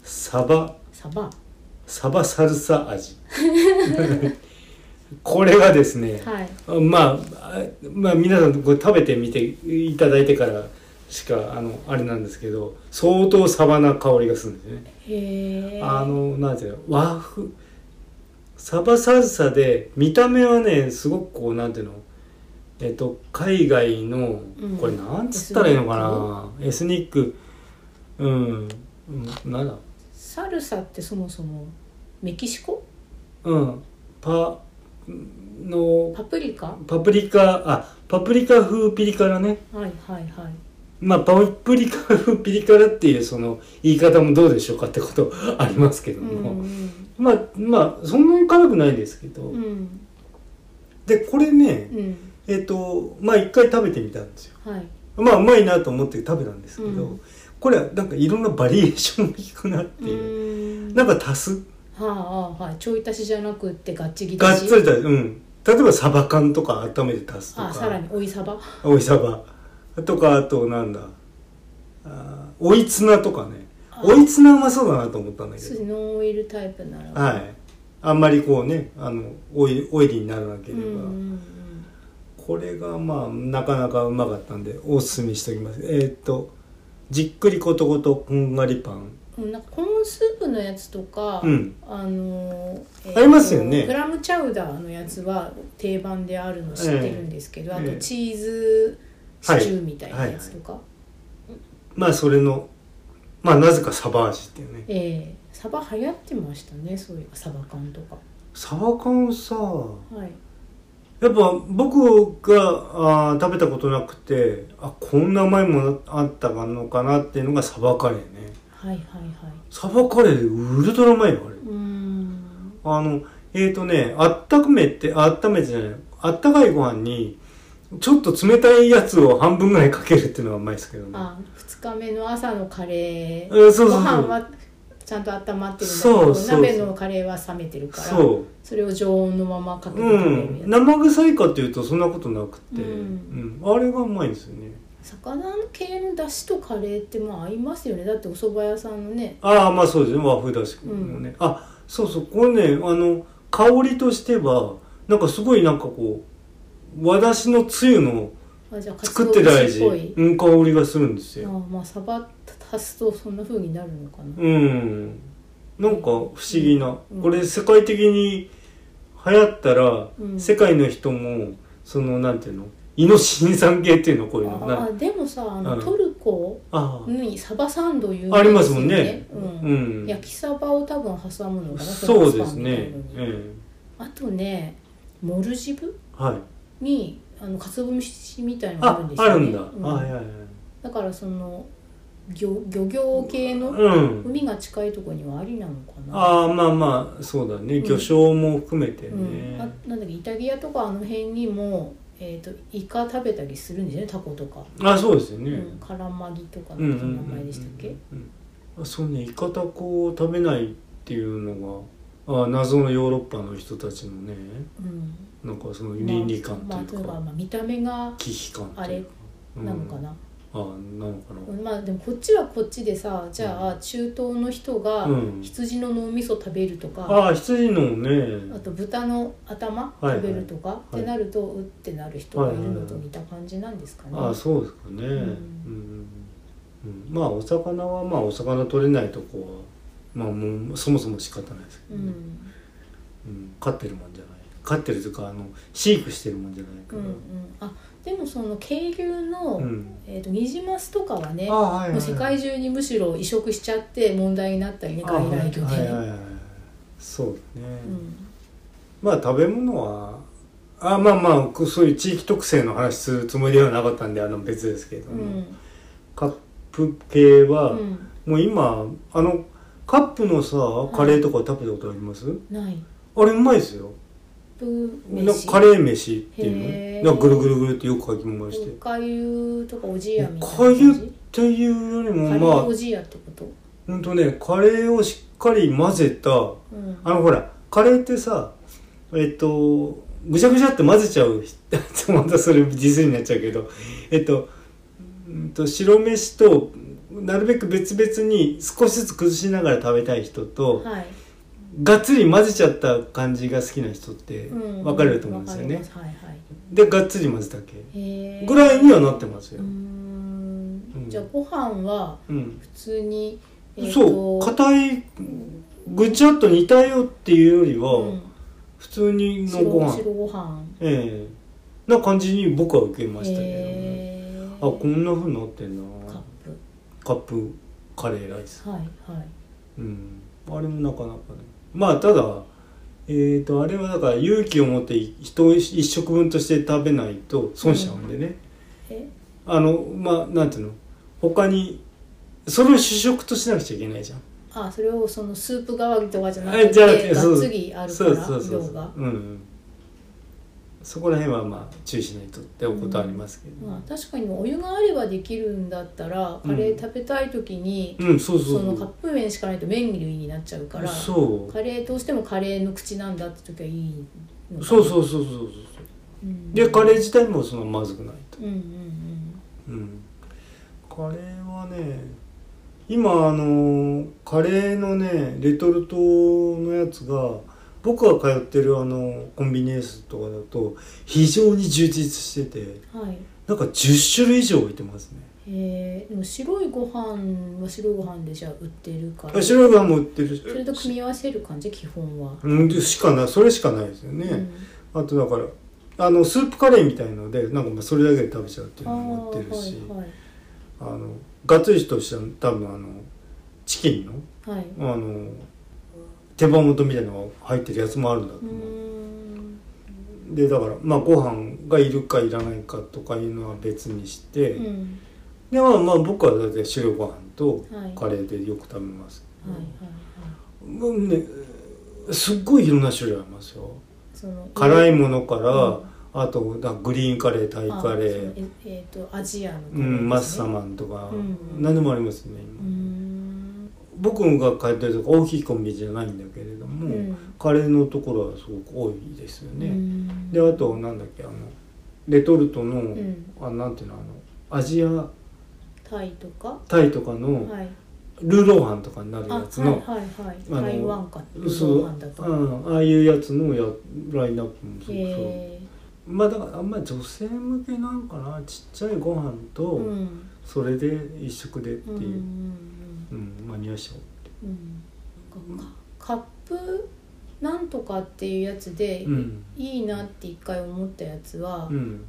S1: サバ
S2: サバは
S1: サバサルサ味 これがですね、
S2: い
S1: まあ、あまあ皆さんこれ食べてみていただいてからしかあのあれなんですけど相当サバな香りがするんですよね、
S2: へえ
S1: あのなんていうの和風サバサルサで見た目はねすごくこうなんていうのえっと海外の
S2: うん
S1: これなんつったらいいのかな、エスニックうん、うん、なんだ
S2: サルサってそもそもメキシコ
S1: うんパの
S2: パプリカ
S1: パプリカあパプリカ風ピリ辛ね
S2: はいはいはい
S1: まあ、パプリカ風ピリ辛っていうその言い方もどうでしょうかってことありますけど
S2: う
S1: も、
S2: ん
S1: まあまあそんなに辛くないですけど、
S2: うんうん
S1: でこれね
S2: うん
S1: えっ、とまあ一回食べてみたんですよ
S2: はい
S1: まあうまいなと思って食べたんですけど、
S2: うん
S1: これなんかいろんなバリエーションが効くなっていう、
S2: うん
S1: なんか足す
S2: あああはいちょい足しじゃなくってガッチギ
S1: がっ
S2: 足し
S1: つりだうん例えばサバ缶とか温めて足すと
S2: あ
S1: か
S2: さらにおいさば
S1: おいサバとかあとなんだあー追いツナとかね
S2: あ
S1: 追いツナうまそうだなと思ったんだけ
S2: そうで
S1: ど
S2: すねノンオイルタイプなら
S1: はいあんまりこうねあのオイオイリーにならなけ
S2: う
S1: れ
S2: ん
S1: ば、
S2: うんうん
S1: これがまあなかなかうまかったんでおすすめしておきますえーっとじっくりことことこんがりパン
S2: うんなんかコーンスープのやつとか、
S1: うん
S2: あのーえ
S1: ありますよね
S2: クラムチャウダーのやつは定番であるの知ってるんですけど、
S1: ええ
S2: あとチーズシチューみたいなやつとか、
S1: まあそれのまあなぜかサバ味っていうね
S2: ええサバ流行ってましたねそういうサバ缶とか
S1: サバ缶さ
S2: はい
S1: やっぱ僕があー食べたことなくてあこんなうまいものあったのかなっていうのがサバカレーね
S2: はいはいはい
S1: サバカレーウルトラうまいよあれ
S2: うーん
S1: あのえっ、とねあったくめってあっためてじゃないあったかいご飯にちょっと冷たいやつを半分ぐらいかけるっていうのはうまいですけどね
S2: あ2日目の朝のカレー
S1: うんそうそうそう
S2: ご飯はちゃんと温まってるんだけど
S1: そうそうそう
S2: 鍋のカレーは冷めてるから
S1: そう
S2: それを常温のままかけて食べる
S1: う
S2: や
S1: ん、
S2: つ、
S1: 生臭いかっていうとそんなことなくて、
S2: うん
S1: うんあれがうまいんですよね
S2: 魚の系のだしとカレーってまあ合いますよねだってお蕎麦屋さんのね
S1: ああまあそうですね和風だしもね、あそうそうこれねあの香りとしてはなんかすごいなんかこう和だしのつゆの
S2: あじゃあかつ
S1: 作
S2: お
S1: ってる味
S2: 節っぽい
S1: うん香りがするんです
S2: あ
S1: よ
S2: まあサバ足すとそんな風になるのかな
S1: うんなんか不思議な、
S2: うん
S1: これ世界的に流行ったら、
S2: うん
S1: 世界の人もそのなんていうの胃の新産系っていうのこういうの
S2: あ
S1: な
S2: あでもさあの、
S1: うん
S2: トルコ
S1: あー
S2: にサバサンド有名
S1: ありますもん
S2: です
S1: ね。
S2: よ
S1: う
S2: うん
S1: ん。
S2: 焼きサバを多分挟むのかな
S1: そうで
S2: フランスパ
S1: す
S2: ンみた
S1: ね
S2: いなの。に
S1: え
S2: あとねモルジブ
S1: えはい。
S2: にあの鰹節みたいなのがあるん
S1: あ
S2: で、す
S1: あ
S2: よ
S1: る
S2: ね
S1: んだ。
S2: うん
S1: はいはいはい。
S2: だからその漁漁業系の
S1: うん。
S2: 海が近いところにはありなのかな
S1: ああ、まあまあ、そうだね。
S2: うん
S1: 魚醤も含めて
S2: うん、あ
S1: ね。
S2: なんだっけイタリアとかあの辺にも、えー、とイカ食べたりするんですよねタコとか、
S1: あ、そうですよね。
S2: うん、カラマギとか
S1: う
S2: の
S1: ん。
S2: 名前でしたっけ、
S1: うんうんうんあそうね、イカタコを食べないっていうのが、あ謎のヨーロッパの人たちのね、
S2: うん
S1: なんかその倫理観
S2: まあまあ、
S1: と
S2: と
S1: い
S2: いうう
S1: か
S2: か、、まあ、見た目が
S1: 危機感と
S2: あ
S1: い
S2: れ
S1: うか。うん
S2: なのか。な、
S1: あなのか
S2: うんまあでもこっちはこっちでさじゃあ中東の人が
S1: な。うん。
S2: 羊の脳みそ食べるとか、
S1: ああ、羊のね。
S2: あと豚の頭
S1: はいはい
S2: 食べるとか、
S1: はい
S2: ってなるとうってなる人がいるのと
S1: はいはいはい
S2: 似た感じなんですかね、
S1: ああそうですかね、うん
S2: ん
S1: うんまあお魚はまあお魚取れないとこはまあもうそもそも仕方ないですけ
S2: う
S1: どね、うん
S2: ん
S1: 飼ってるもんじゃない飼ってるというかあの飼育してるもんじゃないか
S2: うん
S1: ら、
S2: うん、あでもその渓流の、
S1: うん
S2: えー、とニジマスとかはね
S1: ああはいはい
S2: もう世界
S1: 中
S2: 中にむしろ移植しちゃって問題になったりね外来
S1: はい
S2: 魚
S1: はい
S2: で。
S1: はいそうだね、
S2: うん
S1: まあ食べ物はあまあまあこうそういう地域特性の話するつもりではなかったんであの別ですけど
S2: う
S1: も、
S2: ん
S1: カップ系は、
S2: うん
S1: もう今あのカップのさカレーとか食べたことあります、
S2: ない
S1: あれうまいですよ
S2: ブ
S1: な
S2: 飯
S1: カレー飯ってい
S2: へ
S1: う
S2: ー
S1: のなんかぐるぐるぐるってよくかき回して
S2: おかゆとかおじやみたいな
S1: おかゆっ
S2: 感じ
S1: ていうより
S2: カレ
S1: も
S2: ー
S1: ま
S2: お
S1: あ
S2: じやってこと、
S1: ほんとねカレーをしっかり混ぜた
S2: うん、
S1: あのほらカレーってさえっとぐちゃぐちゃって混ぜちゃう またそれ実になっちゃうけどえっとうんと白飯となるべく別々に少しずつ崩しながら食べたい人と
S2: はい、
S1: がっつり混ぜちゃった感じが好きな人って
S2: うん、
S1: 分かれると思うんですよね
S2: わかりますはいはい
S1: でがっつり混ぜた系
S2: へー
S1: ぐらいにはなってますよ
S2: うー
S1: うん
S2: んじゃあご飯は
S1: うん、
S2: 普通に、ーと
S1: そう硬いぐちゃっと煮たよっていうよりは、
S2: うん
S1: 普通にの
S2: 白
S1: ご飯
S2: 白ご飯
S1: ええな感じに僕は受けましたけどね、
S2: へー
S1: あこんなふうになってん
S2: カッ
S1: な
S2: プ
S1: カップカレーライス
S2: はいはい
S1: うんあれもなかなかねまあただえー、とあれはだから勇気を持って人を一食分として食べないと損しちゃうんでね、
S2: え
S1: あのまあなんていうの他にそれを主食としなくちゃいけないじゃん
S2: あそれをそのスープ代わりとかじゃな
S1: え
S2: く
S1: じ
S2: て
S1: ゃあ
S2: がっ
S1: そう
S2: つりあるか
S1: そう
S2: ら
S1: そうそう
S2: 量
S1: そう
S2: が
S1: うんそこら辺はまあ注意しないとっておことはありますけど、
S2: まあ、確かにお湯があればできるんだったらカレー食べたい時に、
S1: うん、そうそう
S2: そのカップ麺しかないと麺類になっちゃうから
S1: そう
S2: カレーどうしてもカレーの口なんだって時はいいのかな
S1: そうそうそうそうそう
S2: うん
S1: でカレー自体もそのまずくないと、
S2: うんうん
S1: うん、カレーはね今あのカレーのねレトルトのやつが僕が通ってるあのコンビニエンスとかだと非常に充実してて
S2: うんはい
S1: なんか10種類以上置いてますね
S2: えー、でも白いご飯は白いご飯でじゃあ売ってるか
S1: あ
S2: らそ
S1: 白いご飯も売ってるし
S2: れと組み合わせる感じ基本は、
S1: うんしかないそれしかないですよね、
S2: うん
S1: あとだからあのスープカレーみたいのでなんかもうそれだけで食べちゃうっていう
S2: あ
S1: のも売って
S2: ー
S1: るし
S2: はい
S1: あ,、のガッツリとした多分あのチキン
S2: はい、はい、
S1: のあの手羽元みたいなのが入ってるやつもあるんだと
S2: うー
S1: 思う、
S2: ん
S1: でだからまあご飯がいるかいらないかとかいうのは別にして、
S2: うん
S1: でまあまあ僕はだって白ご飯と
S2: はい
S1: カレーでよく食べます、
S2: はいはいはい
S1: うんねすっごいいろんな種類ありますよ
S2: その
S1: 辛いものから、
S2: うん
S1: あとだグリーンカレータイ
S2: あ
S1: カレー
S2: そのええーとアジアのカレーです
S1: う
S2: ね
S1: ん、マッサマンとか、
S2: うん
S1: 何でもありますね
S2: う
S1: 今
S2: ーん
S1: 僕が通ってるとこ大きいコンビニじゃないんだけれども、
S2: うん
S1: カレーのところはすごく多いですよ
S2: う
S1: ね、
S2: ん
S1: であとなんだっけあのレトルトの、
S2: ん
S1: あなんていうのあのアジア
S2: タイとか
S1: タイとかの
S2: はい
S1: ルーローハンとかになる
S2: あ
S1: やつの、
S2: はいはいはい
S1: あの
S2: 台湾かル
S1: そ
S2: ーロー
S1: う、
S2: ハンだと
S1: うん、ああいうやつのやラインナップもすごくそう、
S2: へ
S1: まあだからあんまり女性向けなんかなちっちゃいご飯
S2: ー
S1: と、
S2: うん
S1: それで一食でって
S2: うんうん
S1: いう、
S2: うん
S1: うん、マニア賞。
S2: うんなんかカカップなんとかっていうやつで、
S1: うん。
S2: いいなって一回思ったやつは、
S1: うん。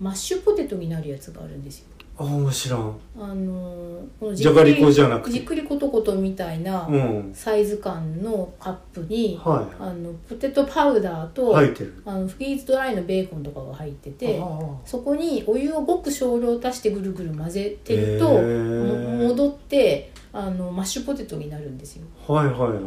S2: マッシュポテトになるやつがあるんですよ。
S1: あ、面白
S2: あのーこの
S1: い。じゃがりこ
S2: じ
S1: じゃなく。
S2: じってくりことことみたいな
S1: うん。
S2: サイズ感のカップに、
S1: は
S2: あのポテトパウダー
S1: い。
S2: と、
S1: 入ってる。
S2: あのフリーズドライのベーコンとかが入ってて
S1: あー
S2: そこにお湯をごく少量足してぐるぐる混ぜてると、
S1: へー
S2: も戻ってあのマッシュポテトになるんですよ。
S1: はいはいはいはい。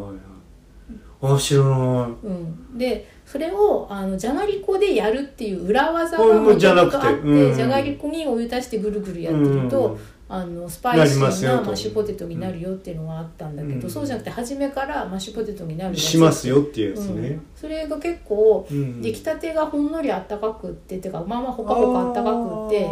S1: あ、知らない。
S2: うん、でそれをあのじゃがりこでやるっていう裏技
S1: あ
S2: が
S1: もうじゃなくて
S2: 元々あって
S1: うん
S2: じゃがりこにお湯足してぐるぐるやって
S1: う
S2: る
S1: ん。
S2: と、あのスパイシー
S1: なりますよ
S2: な
S1: と
S2: マッシュポテトになるよっていうのがあったんだけど、
S1: うん
S2: そうじゃなくて初めからマッシュポテトになるやつ
S1: しますよっていうやつ
S2: う
S1: ね
S2: ん。それが結構
S1: うん
S2: 出来たてがほんのりあったかくっててかまあまあほかほかあったかくって。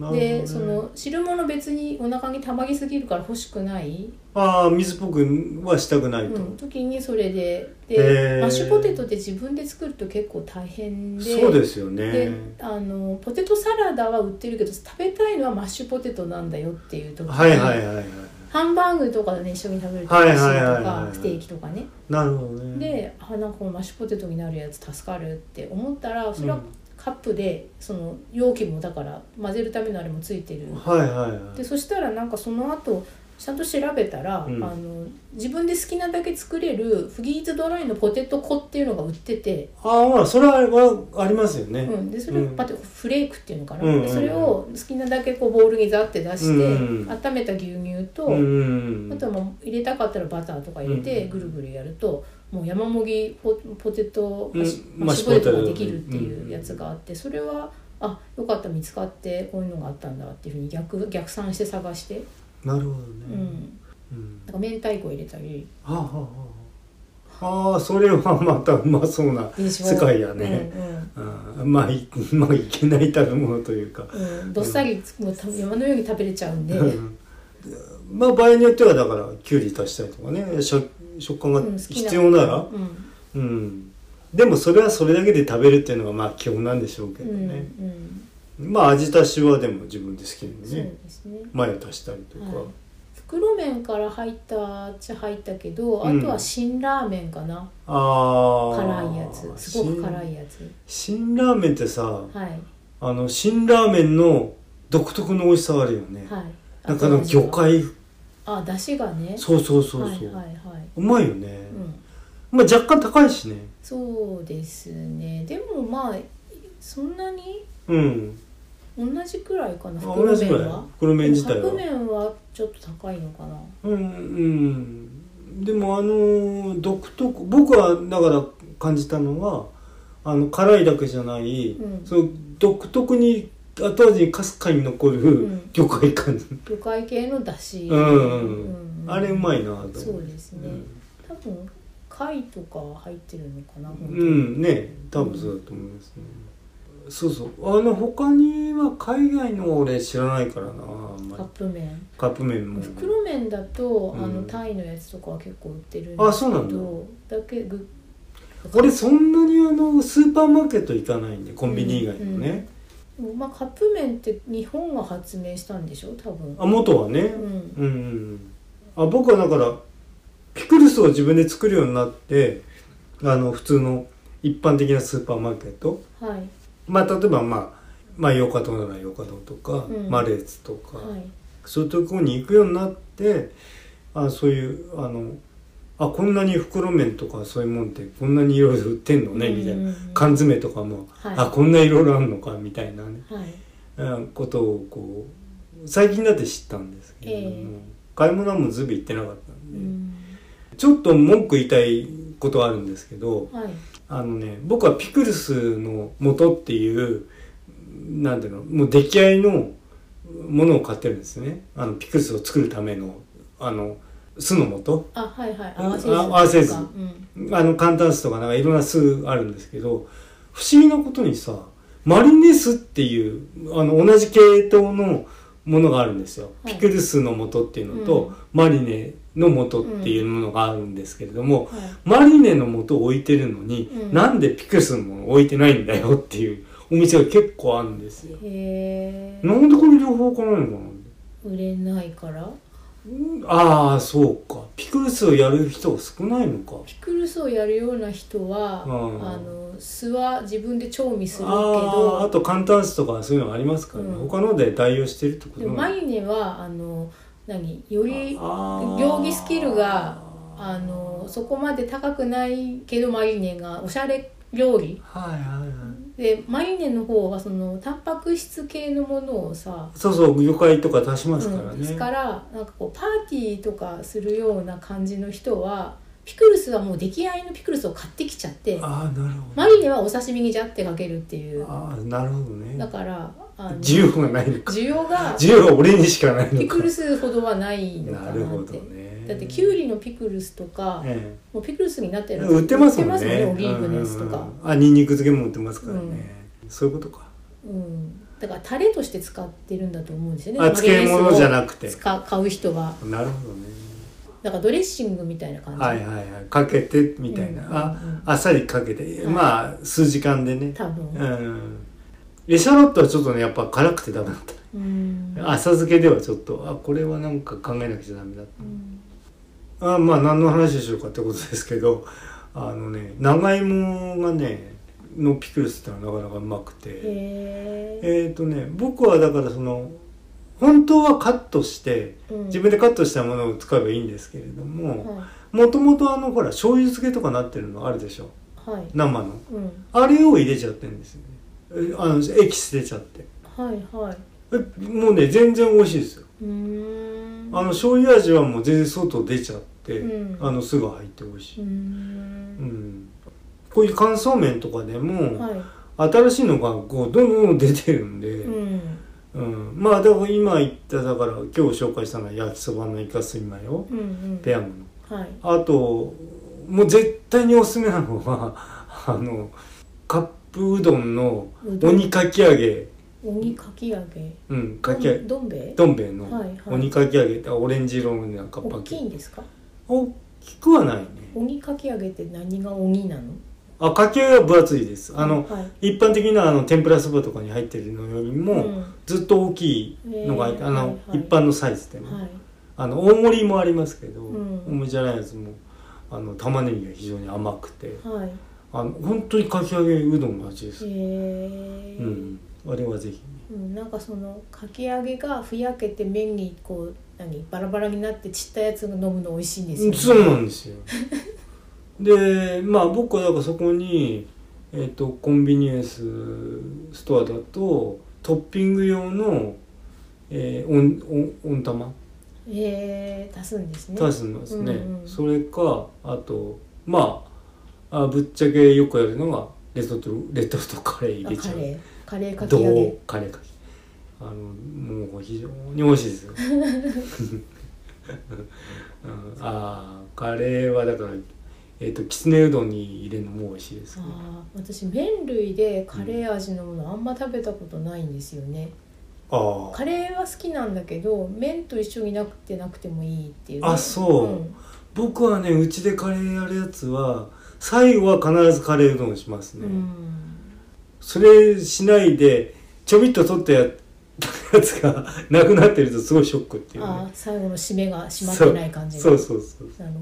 S1: あー
S2: でそ。の汁物別にお腹にたまりすぎるから欲しくない
S1: ああー、水っぽくはしたくないと。
S2: うん、時にそれで
S1: へー
S2: でマッシュポテトって自分で作ると結構大変で
S1: そうですよ
S2: で
S1: ね。
S2: あのポテトサラダは売ってるけど食べたいのはマッシュポテトなんだよっていう時に
S1: はいはいはいはい。
S2: ハンバーグとかでね一緒に食べると
S1: はいはい
S2: 美味しい
S1: はいはい
S2: とかステーキとかね
S1: なるほどね。
S2: であなんかこのマッシュポテトになるやつ助かるって思ったらそれ
S1: う
S2: は
S1: ん
S2: カップでその容器もだから混ぜるためのあれもついてる
S1: はいはいは
S2: でそしたらなんかその後ちゃんと調べたら、
S1: うん
S2: あの自分で好きなだけ作れるフギーズドライのポテト粉っていうのが売ってて、
S1: い。ああ、まあ、それはありますよね。
S2: うん、でそれを
S1: うん
S2: パテフレークっていうのかな、
S1: うんうんうん
S2: でそれを好きなだけこうボウルにザって出して、
S1: うんうん
S2: 温めた牛乳と、
S1: うん
S2: あとはもう入れたかったらバターとか入れ
S1: う
S2: て
S1: ん
S2: ぐるぐるやるともう山もぎポポテト
S1: うん
S2: マッシュマッシュポテトができるっていうやつがあってそれはあよかった見つかってこういうのがあったんだっていうふうに逆逆算して探して、
S1: なるほど
S2: う
S1: ね。
S2: ん、
S1: うん
S2: なんか明太子入れた り
S1: はあ、はあはあ、ああそれはまたうまそうな
S2: でしょ
S1: 世界やね、
S2: うん
S1: うんまあいまあいけない食べ物というか、
S2: うんうん、どっさりもうた山のように食べれちゃうんで、
S1: うんまあ場合によってはだからきゅうり足したりとかね食食感が
S2: うん
S1: 必要なら、
S2: う
S1: う
S2: ん
S1: んでもそれはそれだけで食べるっていうのがまあ基本なんでしょうけ
S2: う
S1: ど
S2: ん
S1: ね、
S2: うん
S1: まあ味足しはでも自分で好きなん
S2: そう
S1: でね
S2: ですね
S1: マヨ足したりとか、
S2: はい袋麺から入ったっちゃ入ったけどあ
S1: うん
S2: とは辛ラーメンかな、
S1: ああ
S2: 辛いやつすごく辛いやつ
S1: 辛ラーメンってさ、
S2: はい
S1: あの辛ラーメンの独特の美味しさがあるよね、
S2: はい
S1: なんかあの
S2: 後味が
S1: 魚介
S2: あ出汁がね
S1: そうそうそうそう、
S2: はいはいはいう
S1: まいよね、
S2: うん
S1: まあ若干高いしね
S2: そうですねでもまあそんなに
S1: うん
S2: 同じくらいかな
S1: あ
S2: 袋
S1: 同じ
S2: 麺
S1: ぐらい
S2: は
S1: 黒麺自体
S2: カップ
S1: は
S2: 麺はちょっと高いのかな
S1: うんうんでもあのー独特僕はだから感じたのはあの辛いだけじゃない、
S2: うん
S1: その独特に後味にかすかに残る
S2: ん
S1: 魚介感、
S2: 魚介系のだし、
S1: うんうんうん
S2: うん
S1: あれうまいなと思って
S2: そうですね、多分貝とかは入ってるのかな、
S1: う
S2: 本
S1: ん、
S2: 当に
S1: うんね多分そうだと思いますね、そうそうあの他には海外の俺知らないからなあんま
S2: カッ
S1: り
S2: プ麺
S1: カップ麺も
S2: 袋麺だと、あ
S1: う
S2: の
S1: ん
S2: タイのやつとかは結構売ってるん
S1: あそうなんだ
S2: だだけぐ
S1: 俺そんなにあのスーパーマーケット行かないんでコンビニ以外のね、
S2: まあ、カップ麺って日本が発明したんでしょ多分
S1: あ元はね、
S2: うん
S1: うんうんうんあ僕はだからピクルスを自分で作るようになってあの普通の一般的なスーパーマーケット
S2: はい
S1: まあ例えばまあまあヨーカドーならヨーカドーとか、
S2: うん
S1: マレーツとか、
S2: はい
S1: そういうところに行くようになってあそういうあのあこんなに袋麺とかそういうもんってこんなにいろいろ売ってんのねみたい
S2: うんうん
S1: な
S2: う
S1: ん缶詰とかも、
S2: はい
S1: あこんないろいろあんのかみたいなね
S2: はい
S1: うんことをこう最近だって知ったんですけれども、
S2: ええ
S1: 買い物はもうずぶ行ってなかった
S2: うん
S1: で、
S2: ん
S1: ちょっと文句言いたいことはあるんですけど
S2: はい
S1: あのね僕はピクルスの元っていうなんていうのもう出来合いのものを買ってるんですねあのピクルスを作るためのあの酢の素
S2: あはいはい
S1: あ
S2: 合わせ酢とか
S1: 合わせ酢
S2: うん
S1: あの簡単酢とかなんかいろんな酢あるんですけど不思議なことにさマリネ酢っていうあの同じ系統のものがあるんですよ、
S2: はい
S1: ピクルスの素っていうのと、
S2: うん
S1: マリネの素っていうものがあるんですけれども、
S2: はい
S1: マリネの素を置いてるのに、
S2: うん
S1: なんでピクルスのもの置いてないんだよっていうお店が結構あるんですよ、
S2: へえ
S1: なんでこれ両方置かないのかな
S2: 売れないから
S1: うんああそうかピクルスをやる人が少ないのか
S2: ピクルスをやるような人は、
S1: うん
S2: あの酢は自分で調味するけ
S1: ああーあ
S2: ど
S1: と簡単酢とかそういうのありますからね、
S2: うん
S1: 他ので代用してるってこと
S2: でもマリネはあの何より
S1: 料
S2: 料理スキルがあのそこまで高くないけどマリネがおしゃれ料理
S1: はいはいはい
S2: でマリネの方はそのタンパク質系のものをさ
S1: そうそう魚介とか足しますから
S2: うん、
S1: ね、
S2: ですからなんかこうパーティーとかするような感じの人はピクルスはもう出来合いのピクルスを買ってきちゃって
S1: ああなるほど
S2: マリネはお刺身にジャってかけるっていう
S1: ああなるほど
S2: だ
S1: ね
S2: からあの
S1: 需要がないのか
S2: 需要が
S1: 需要は俺にしかないのか
S2: ピクルスほどはないのかな
S1: な
S2: って
S1: るほどね
S2: だってキュウリのピクルスとか、
S1: え
S2: もうピクルスになって
S1: え
S2: る
S1: 売ってますもんね
S2: 売っオリーブのやつと
S1: うん
S2: か
S1: う、んうんあニンニク漬けも売ってますからね、そういうことか
S2: うんだからタレとして使ってるんだと思うんですよね
S1: あ漬物じゃなくて
S2: 使う買う人は
S1: なるほどね
S2: だからドレッシングみたいな感じ、
S1: はいはいはいかけてみたいな、
S2: うん
S1: あ
S2: うん
S1: あっさりかけて、
S2: はい
S1: まあ数時間でね
S2: 多分
S1: うんエシャロットはちょっとねやっぱ辛くてダメだった
S2: うん
S1: 浅漬けではちょっとあこれはなんか考えなくちゃダメだっ
S2: うん
S1: たあまあ何の話でしょうかってことですけどあのね長芋がねのピクルスってのはなかなかうまくて
S2: へえ、
S1: えっ、とね僕はだからその本当はカットして
S2: うん
S1: 自分でカットしたものを使えばいいんですけれども
S2: は
S1: もともとあのほら醤油漬けとかなってるのあるでしょ
S2: いはい
S1: 生の
S2: うん
S1: あれを入れちゃってるんですよねえあのエキス出ちゃって
S2: はいはい
S1: えもうね全然美味しいですよ
S2: うーん
S1: あの醤油味はもう全然外出ちゃって、
S2: うん
S1: あのすぐ入って美味し
S2: う
S1: い、
S2: ー
S1: うん
S2: ん
S1: こういう乾燥麺とかでも、
S2: は
S1: 新しいのがこうどんどん出てるんで、
S2: い、
S1: う
S2: うんん
S1: まあだから今言っただから今日紹介したのは焼きそばのイカスミマヨ
S2: うんうん
S1: ペヤングの
S2: はい
S1: あともう絶対におすすめなのは あのカップうどんの
S2: うどん
S1: 鬼かき揚げ
S2: 鬼かき揚げ
S1: うんかき揚げ
S2: どんどん兵衛
S1: どん兵衛の
S2: はいはい
S1: 鬼かき揚げってオレンジ色のなんかパ
S2: 大
S1: ッケ
S2: き
S1: ー
S2: い
S1: ジ
S2: んですか
S1: 大きくはないね
S2: 鬼かき揚げって何が鬼なの
S1: あかき揚げは分厚いですあの、
S2: はい
S1: 一般的なあの天ぷらそばとかに入ってるのよりも、
S2: うん
S1: ずっと大きいのが、
S2: へー
S1: あの、
S2: はいはい
S1: 一般のサイズでも、
S2: はい
S1: あの大盛りもありますけど、
S2: うん
S1: 大盛りじゃないやつもあの玉ねぎが非常に甘くて
S2: はい
S1: あの本当にかき揚げうどんの味です、
S2: へえ
S1: うん、あれはぜひ
S2: うん、なんかそのかき揚げがふやけて麺にこう何バラバラになって散ったやつが飲むの美味しいんですよ、ね、
S1: そうなんです よでまあ僕はだからそこに、えっとコンビニエンスストアだとトッピング用の、えー、温温温玉
S2: へえ足すんですね
S1: 足すんですね、
S2: うんうん
S1: それかあとまああぶっちゃけよくやるのがレトルトレトルトカレー
S2: あカ
S1: 入
S2: レ
S1: れちゃう
S2: ーカレーかき
S1: ど
S2: 揚げ
S1: うカレーかきあのもう非常に美味しいですよ うんああカレーはだからえっ、ときつねうどんに入れるのも美味しいですね
S2: あー私麺類でカレー味のものあんま食べたことないんですよね、
S1: あー
S2: カレーは好きなんだけど麺と一緒になくてなくてもいいっていう
S1: あそう僕はねうちでカレーやるやつは最後は必ずカレーうどんします
S2: うん、
S1: ね、
S2: うん
S1: それしないでちょびっと取ったややつがなくなってるとすごいショックっていう
S2: あ
S1: ね
S2: ー最後の締めが締まってない感じが
S1: そうそうそう
S2: なるほ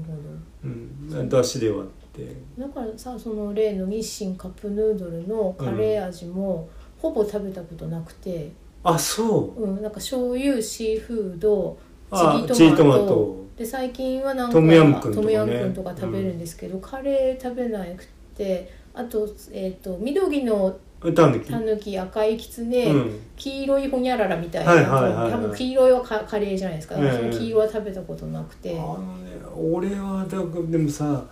S1: うん、だしで割って
S2: どだからさその例の日清カップヌードルのカレー味も、ほぼ食べたことなくて、
S1: あそう
S2: うん、なんか醤油シーフード
S1: あチ
S2: チ
S1: ー
S2: ー
S1: ト
S2: ト
S1: マト
S2: マトで最近はなんか
S1: トムヤムクンとかね
S2: トムヤムクンとか食べるんですけど、カレー食べなくてあと,、えー、と緑の
S1: 歌うんだっけ
S2: タヌキ赤いキツネ、
S1: うん
S2: 黄色いホニャララみたいな、
S1: はいはいはいはい
S2: 多分黄色いはカカレーじゃないですか、
S1: ええ
S2: その黄色は食べたことなく
S1: あ
S2: て、
S1: のね俺はだからでもさ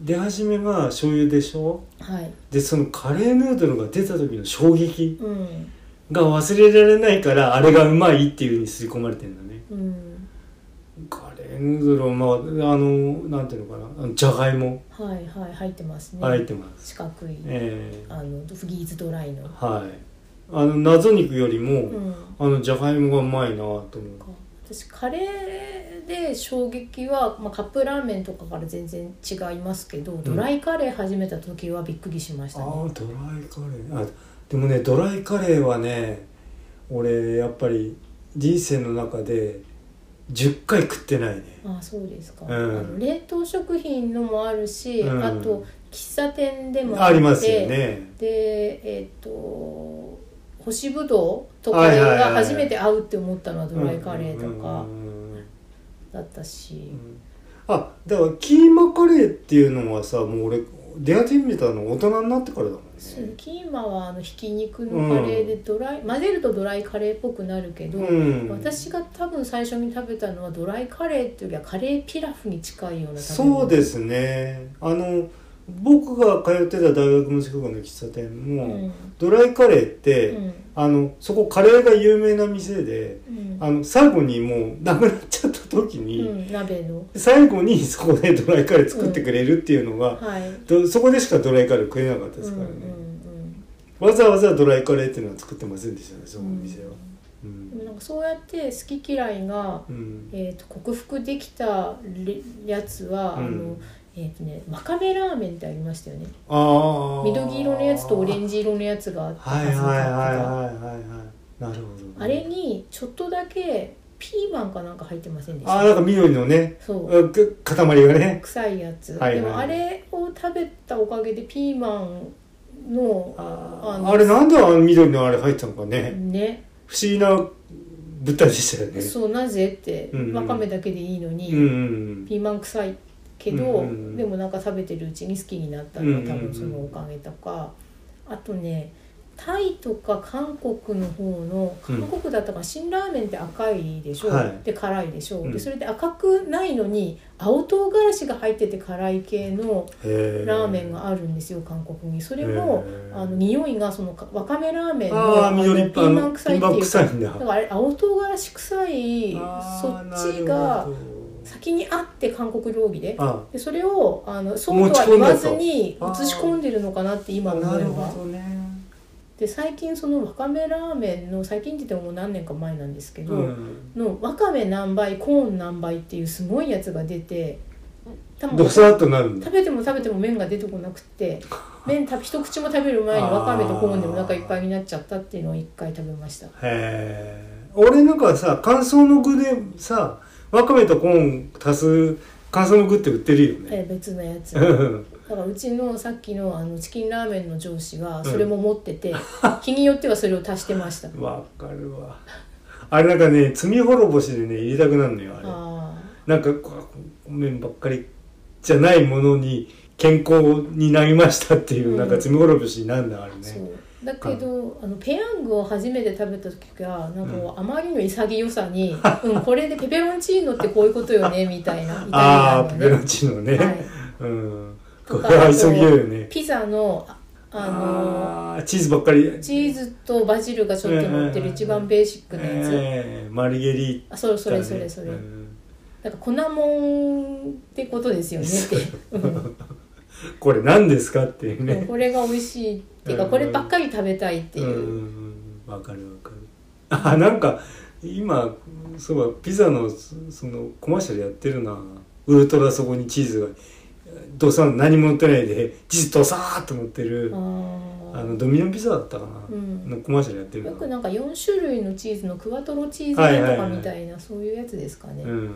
S1: 出始めが醤油でしょ
S2: はい、
S1: でそのカレーヌードルが出た時の衝撃
S2: うん、
S1: が忘れられないからあれがうまいっていうふうに刷り込まれてんだね
S2: うん、
S1: カレーヌードルはまああのなんていうのかなあのじゃがいも
S2: はいはい入ってますね、
S1: 入ってます、
S2: 四角い、
S1: ええ
S2: あのフリーズドライの、
S1: はいあの謎肉よりも、
S2: うん、
S1: あのじゃがいもがうまいなと思う
S2: 私カレーで衝撃は、まあ、カップラーメンとかから全然違いますけど、ドライカレー始めた時はびっくりしました
S1: あ
S2: ね
S1: あドライカレーあでもねドライカレーはね俺やっぱり人生の中で10回食ってないね
S2: ああそうですか、
S1: うん
S2: あの冷凍食品のもあるし、
S1: うん
S2: あと喫茶店でも
S1: あ
S2: って
S1: りますよね
S2: でえっ、と干しぶどうとか
S1: はいはいはい
S2: が初めて合うって思ったのはドライカレーとか
S1: うんうん
S2: だったし
S1: う、んあだからキーマカレーっていうのはさもう俺出会ってみたの大人になってからだもん
S2: そう
S1: ね
S2: キーマはあのひき肉のカレーでドライ、混ぜるとドライカレーっぽくなるけど、
S1: うん
S2: 私が多分最初に食べたのはドライカレーっていうよりはカレーピラフに近いような食べ
S1: そう
S2: 物
S1: ですねあの僕が通ってた大学の近くの喫茶店
S2: う
S1: も、
S2: ん
S1: ドライカレーっ
S2: う
S1: て、
S2: ん
S1: あのそこカレーが有名な店で
S2: うん
S1: あの最後にもうなくなっちゃった時
S2: う
S1: に、
S2: ん、鍋の
S1: 最後にそこでドライカレー作ってくれるっていうのが、
S2: はい
S1: どそこでしかドライカレー食えなかったですからね、
S2: うんうん
S1: わざわざドライカレーっていうのは作ってませんでしたねそ
S2: うん
S1: のお店はう
S2: でも
S1: ん、
S2: なんかそうやって好き嫌いが
S1: うん
S2: えー、と克服できたれやつは、
S1: うん
S2: あのえっ、とねわかめラーメンってありましたよね
S1: ああ
S2: 緑色のやつとオレン
S1: ジ
S2: ジ色のやつがあった
S1: はいは
S2: は
S1: い
S2: ず
S1: はい
S2: だ
S1: はい
S2: った
S1: はいはいなるほどね、
S2: あれにちょっとだけピーマンかなんか入ってませんでし
S1: あー
S2: た
S1: なんか緑のね
S2: そう
S1: うんく塊がね
S2: 臭いやつ、
S1: はいはい
S2: でもあれを食べたおかげでピーマンの
S1: あー
S2: あの
S1: あれなんであの緑のあれ入ったのかね、
S2: ね
S1: 不思議な物体でしたよね
S2: そうなぜって、
S1: うんうん
S2: わかめだけでいいのに、
S1: うんうん
S2: ピーマン臭いけど、
S1: うんうんうん
S2: でもなんか食べてるうちに好きになったのは多分そのおかげとか、あとねタイとか韓国の方の
S1: うん
S2: 韓国だったから辛ラーメンって赤いでしょ、
S1: はい
S2: で辛いでしょ、
S1: うん
S2: でそれで赤くないのに青唐辛子が入ってて辛い系の
S1: へ
S2: ラーメンがあるんですよ韓国にそれも
S1: へー
S2: あの匂いがそのわかめラーメンの
S1: あ
S2: あ
S1: あ
S2: の
S1: 緑っ
S2: ピ
S1: ぽい
S2: ー
S1: あ
S2: マ
S1: の
S2: ン
S1: ピ
S2: 臭い
S1: ー
S2: って
S1: マン
S2: いうか
S1: 臭いん
S2: だ
S1: だ
S2: からあれ青唐辛子臭い
S1: あー
S2: そっちが
S1: なるほど
S2: 先にあって韓国料理で
S1: あ
S2: でそれをあのそうとは言わずに
S1: 持ち込んだと
S2: 写し込んでるのかなって今思
S1: な
S2: え
S1: る
S2: ば
S1: ほどね
S2: で最近そのわかめラーメンの最近って言ってももう何年か前なんですけど、
S1: うん
S2: のわかめ何倍コーン何倍っていうすごいやつが出て多分
S1: どさっとなるんだ
S2: 食べても食べても麺が出てこな くて麺た一口も食べる前にわかめとコーンでお腹いっぱいになっちゃったっていうのを一回食べました
S1: へえ俺なんかさ乾燥の具でさわかめとコーン足す乾燥の具って売ってるよね
S2: え別のやつ
S1: うん
S2: だからうちのさっきのあのチキンラーメンの上司はそれも持っ てて、日によってはそれを足してました
S1: わかるわあれなんかね罪滅ぼしでね入れたくなるのよあれ
S2: あ
S1: なんかこう麺ばっかりじゃないものに健康になりましたっていう、
S2: うん
S1: なんか罪滅ぼしになんだあれ
S2: あ、そ
S1: ね
S2: うだけどあのペヤングを初めて食べた時がなんかこうあまりの潔さ に、うん、これでペペロンチーノってこういうことよねみたいなイタリア
S1: ああ
S2: ンの
S1: ペ
S2: ね
S1: ペロンチーノね、
S2: はい
S1: うん
S2: と
S1: こ
S2: か
S1: れは急ぎよよね
S2: ピザのああの
S1: あーチーズばっかり
S2: チーズとバジルがちょっと乗ってる一番ベーシックなやつ、
S1: えーマリゲリ
S2: あそう
S1: ー
S2: それそれそれ、
S1: うん
S2: なんか粉もんってことですよねって
S1: これ何ですかっていう
S2: うん
S1: ね
S2: これが美味しいっていうか、
S1: うん
S2: こればっかり食べたいっていうう、
S1: んわかるわかるあなんか今そういえばピザのそそのコマーシャルやってるなウルトラそこにチーズがドサン何も乗ってないでチーズドサーっと乗ってる
S2: あー
S1: あのドミノピザだったかな、
S2: うん
S1: のコマーシャルやってるな
S2: よくなんか4種類のチーズのクワトロチーズなんとかみたいな、
S1: は
S2: そういうやつですかね、
S1: うん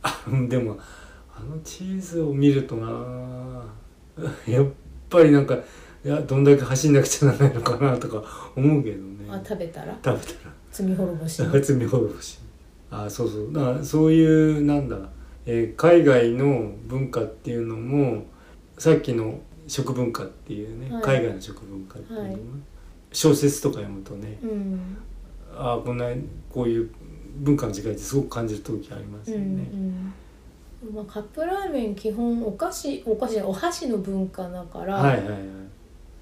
S1: あでもあのチーズを見るとな やっぱりなんかいやどんだけ走んなくちゃならないのかなとか思うけどね
S2: あ食べたら
S1: 食べたら
S2: 罪滅ぼし
S1: なんか罪滅ぼし あそうそうだからそういうなんだ、えー海外の文化っていうのもさっきの食文化っていうね、
S2: はい
S1: 海外の食文化っていうのも、
S2: はい
S1: 小説とか読むとね
S2: うん
S1: あこんなこういう文化の違いってすごく感じる時あります
S2: うんう
S1: よね。
S2: んまあ、カップラーメン基本お菓子お菓子じゃないお箸の文化だから、
S1: はいはいはい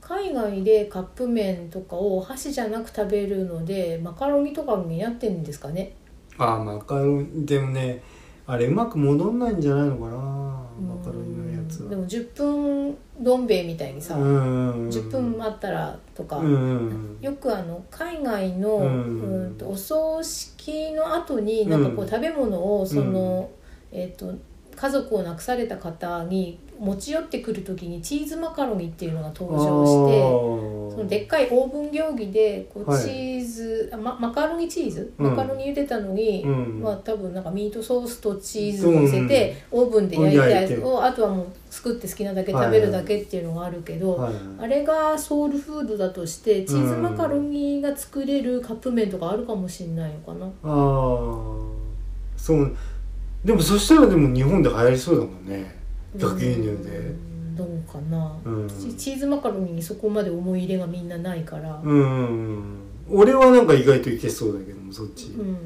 S2: 海外でカップ麺とかをお箸じゃなく食べるのでマカロニとかになってるんですかね
S1: ああマカロニでもねあれうまく戻んないんじゃないのかなマカロニのやつ
S2: うん
S1: は
S2: でも10分どん兵衛みたいにさ、
S1: うん
S2: 10分待ったらとか、
S1: うんうん
S2: よくあの海外の、う
S1: うん
S2: ん、とお葬式の後になんかこ
S1: う
S2: うん食べ物をその、えっと家族を亡くされた方に持ち寄ってくる時にチーズマカロニっていうのが登場して。そのでっかいオーブン料理でこう
S1: はい
S2: チーズ、あま、マカロニチーズ
S1: うん
S2: マカロニ茹でたのに、
S1: うん
S2: まあ、多分なんかミートソースとチーズを乗せて、オーブンで焼いたやつをあとはもう作って好きなだけ食べるだけっていうのがあるけど、
S1: はい
S2: あれがソウルフードだとしてチーズマカロニが作れるカップ麺とかあるかもしれないのかな、
S1: あーそうでもそしたらでも日本で流行りそうだもんね逆輸入で
S2: うんどうかな、
S1: うん
S2: チチーズマカロニにそこまで思い入れがみんなないから、
S1: うんうんうん俺はなんか意外といけそうだけどもそっち、
S2: うん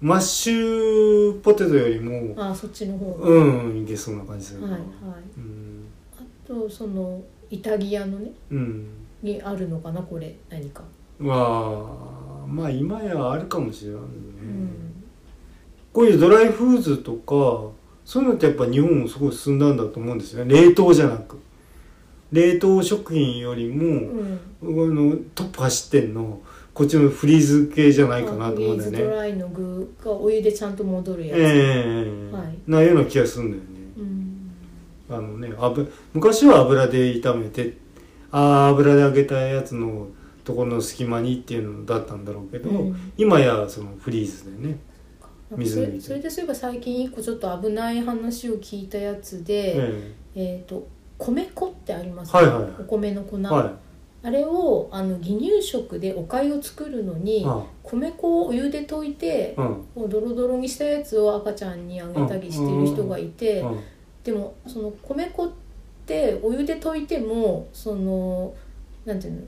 S1: マッシュポテトよりも
S2: あそっちの方、は
S1: うんいけそうな感じする
S2: い
S1: な
S2: はい
S1: うん
S2: あとそのイタリアのね
S1: うん
S2: にあるのかなこれ何か、
S1: まあまあ今やあるかもしれないね、
S2: うん
S1: こういうドライフーズとかそういうのってやっぱ日本もすごい進んだんだと思うんですよね冷凍じゃなく冷凍食品より
S2: う
S1: も、
S2: ん、
S1: あのトップ走ってんのこっちのフリーズ系じゃないかなと思うんだよ
S2: フリーズド
S1: ね
S2: ライの具がお湯でちゃんと戻るやつ、
S1: ええ
S2: はい
S1: なような気がするんだよね
S2: うん
S1: あのね油昔は油で炒めてあー油で揚げたやつのところの隙間にっていうのだったんだろうけど、
S2: うん
S1: 今やそのフリーズでね、
S2: なんかそ
S1: 水抜い
S2: れ
S1: て
S2: それでそういえば最近一個ちょっと危ない話を聞いたやつ
S1: え
S2: で、
S1: え
S2: えっ、と米粉ってあります
S1: はいはいはい
S2: お米の粉、
S1: は
S2: あれをあの離乳食でお粥を作るの
S1: い。
S2: に、
S1: あ
S2: 米粉をお湯で溶いて、
S1: うん。
S2: こうドロドロにしたやつを赤ちゃんにあげたりしてる人がいて、
S1: うん
S2: でもその米粉ってお湯で溶いてもそのなんていうの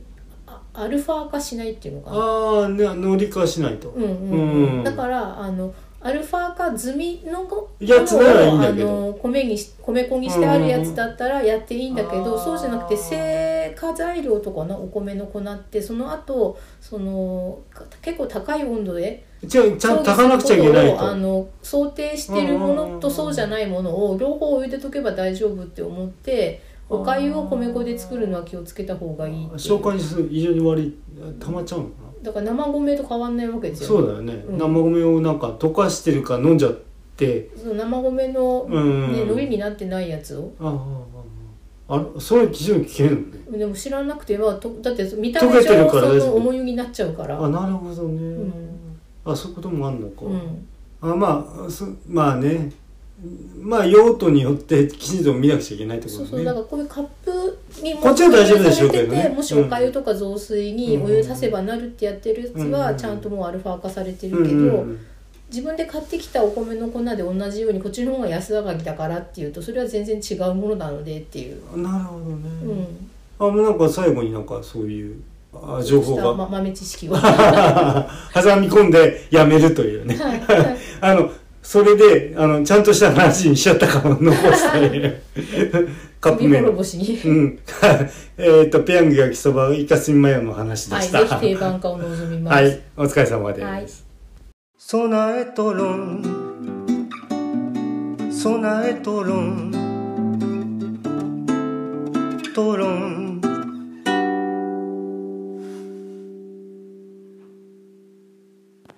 S2: あアルファ化しないっていうのかな
S1: ああ、ね、乗り化しないと。
S2: うんうん
S1: う
S2: うんん、だからあのアルファ化済みのこ
S1: やつならいいんだけど
S2: あの米にし米粉にしてあるやつだったらやっていいんだけ
S1: うんうんう
S2: ど、
S1: ん
S2: そうじゃなくて製菓材料とかのお米の粉ってその後そのか結構高い温度で
S1: じゃあ、ちゃんと炊かなくちゃいけない
S2: 調理することをあ
S1: と。
S2: の想定してるものとそうじゃないものを両方置いてとけば大丈夫って思ってお粥を米粉で作るのは気をつけた方がいいっていう
S1: 消化にする非常に悪い、溜まっちゃうのか
S2: だから生米と変わんないわけで
S1: な。
S2: すよ
S1: そうだよね。
S2: ん
S1: 生米をなんか溶かしてるか飲んじゃって。
S2: その生米の、ね
S1: うん。
S2: 海苔になってないやつを
S1: ああああああ、そういう基準聞けるのね。
S2: でも知らなくてはとだって見た目
S1: 溶けてる
S2: 上
S1: か
S2: そ
S1: らです
S2: の重湯になっちゃうから
S1: あ、なるほどね。
S2: うん
S1: あ、そういうこともあんのか。
S2: うん
S1: あまあそ、まあね。まあ、用途によってきちんと見なくちゃいけないってこ
S2: そう
S1: と
S2: そう
S1: ね。
S2: だからこういうカップにも
S1: こっちは大丈夫でしょうけどね
S2: 入れられててもしお粥とか雑炊に
S1: うん
S2: お湯足せばなるってやってるやつ
S1: う
S2: は
S1: ん
S2: ちゃんともうアルファ化されて
S1: う
S2: る
S1: ん
S2: け
S1: うんう
S2: ど
S1: ん
S2: 自分で買ってきたお米の粉で同じようにこっちの方が安上がりだからっていうとそれは全然違うものなのでっていう、
S1: あなるほどね。
S2: うん、
S1: あもうなんか最後になんかそういうあ情報
S2: そうした
S1: が
S2: ま豆知識は。は
S1: 挟み込んでやめるという
S2: い
S1: ね
S2: はい
S1: あのそれであのちゃんとした話にしちゃったかも残して カップ
S2: 海
S1: 麺
S2: 滅ぼしに
S1: うん えっとペヤング焼きそばイカスミマヨの話で
S2: はい
S1: し
S2: ぜ
S1: た、
S2: ひ定番化を望みます、
S1: はい、お疲れ様です。
S2: はい
S1: ソナエトロン、ソナエトロン、トロン。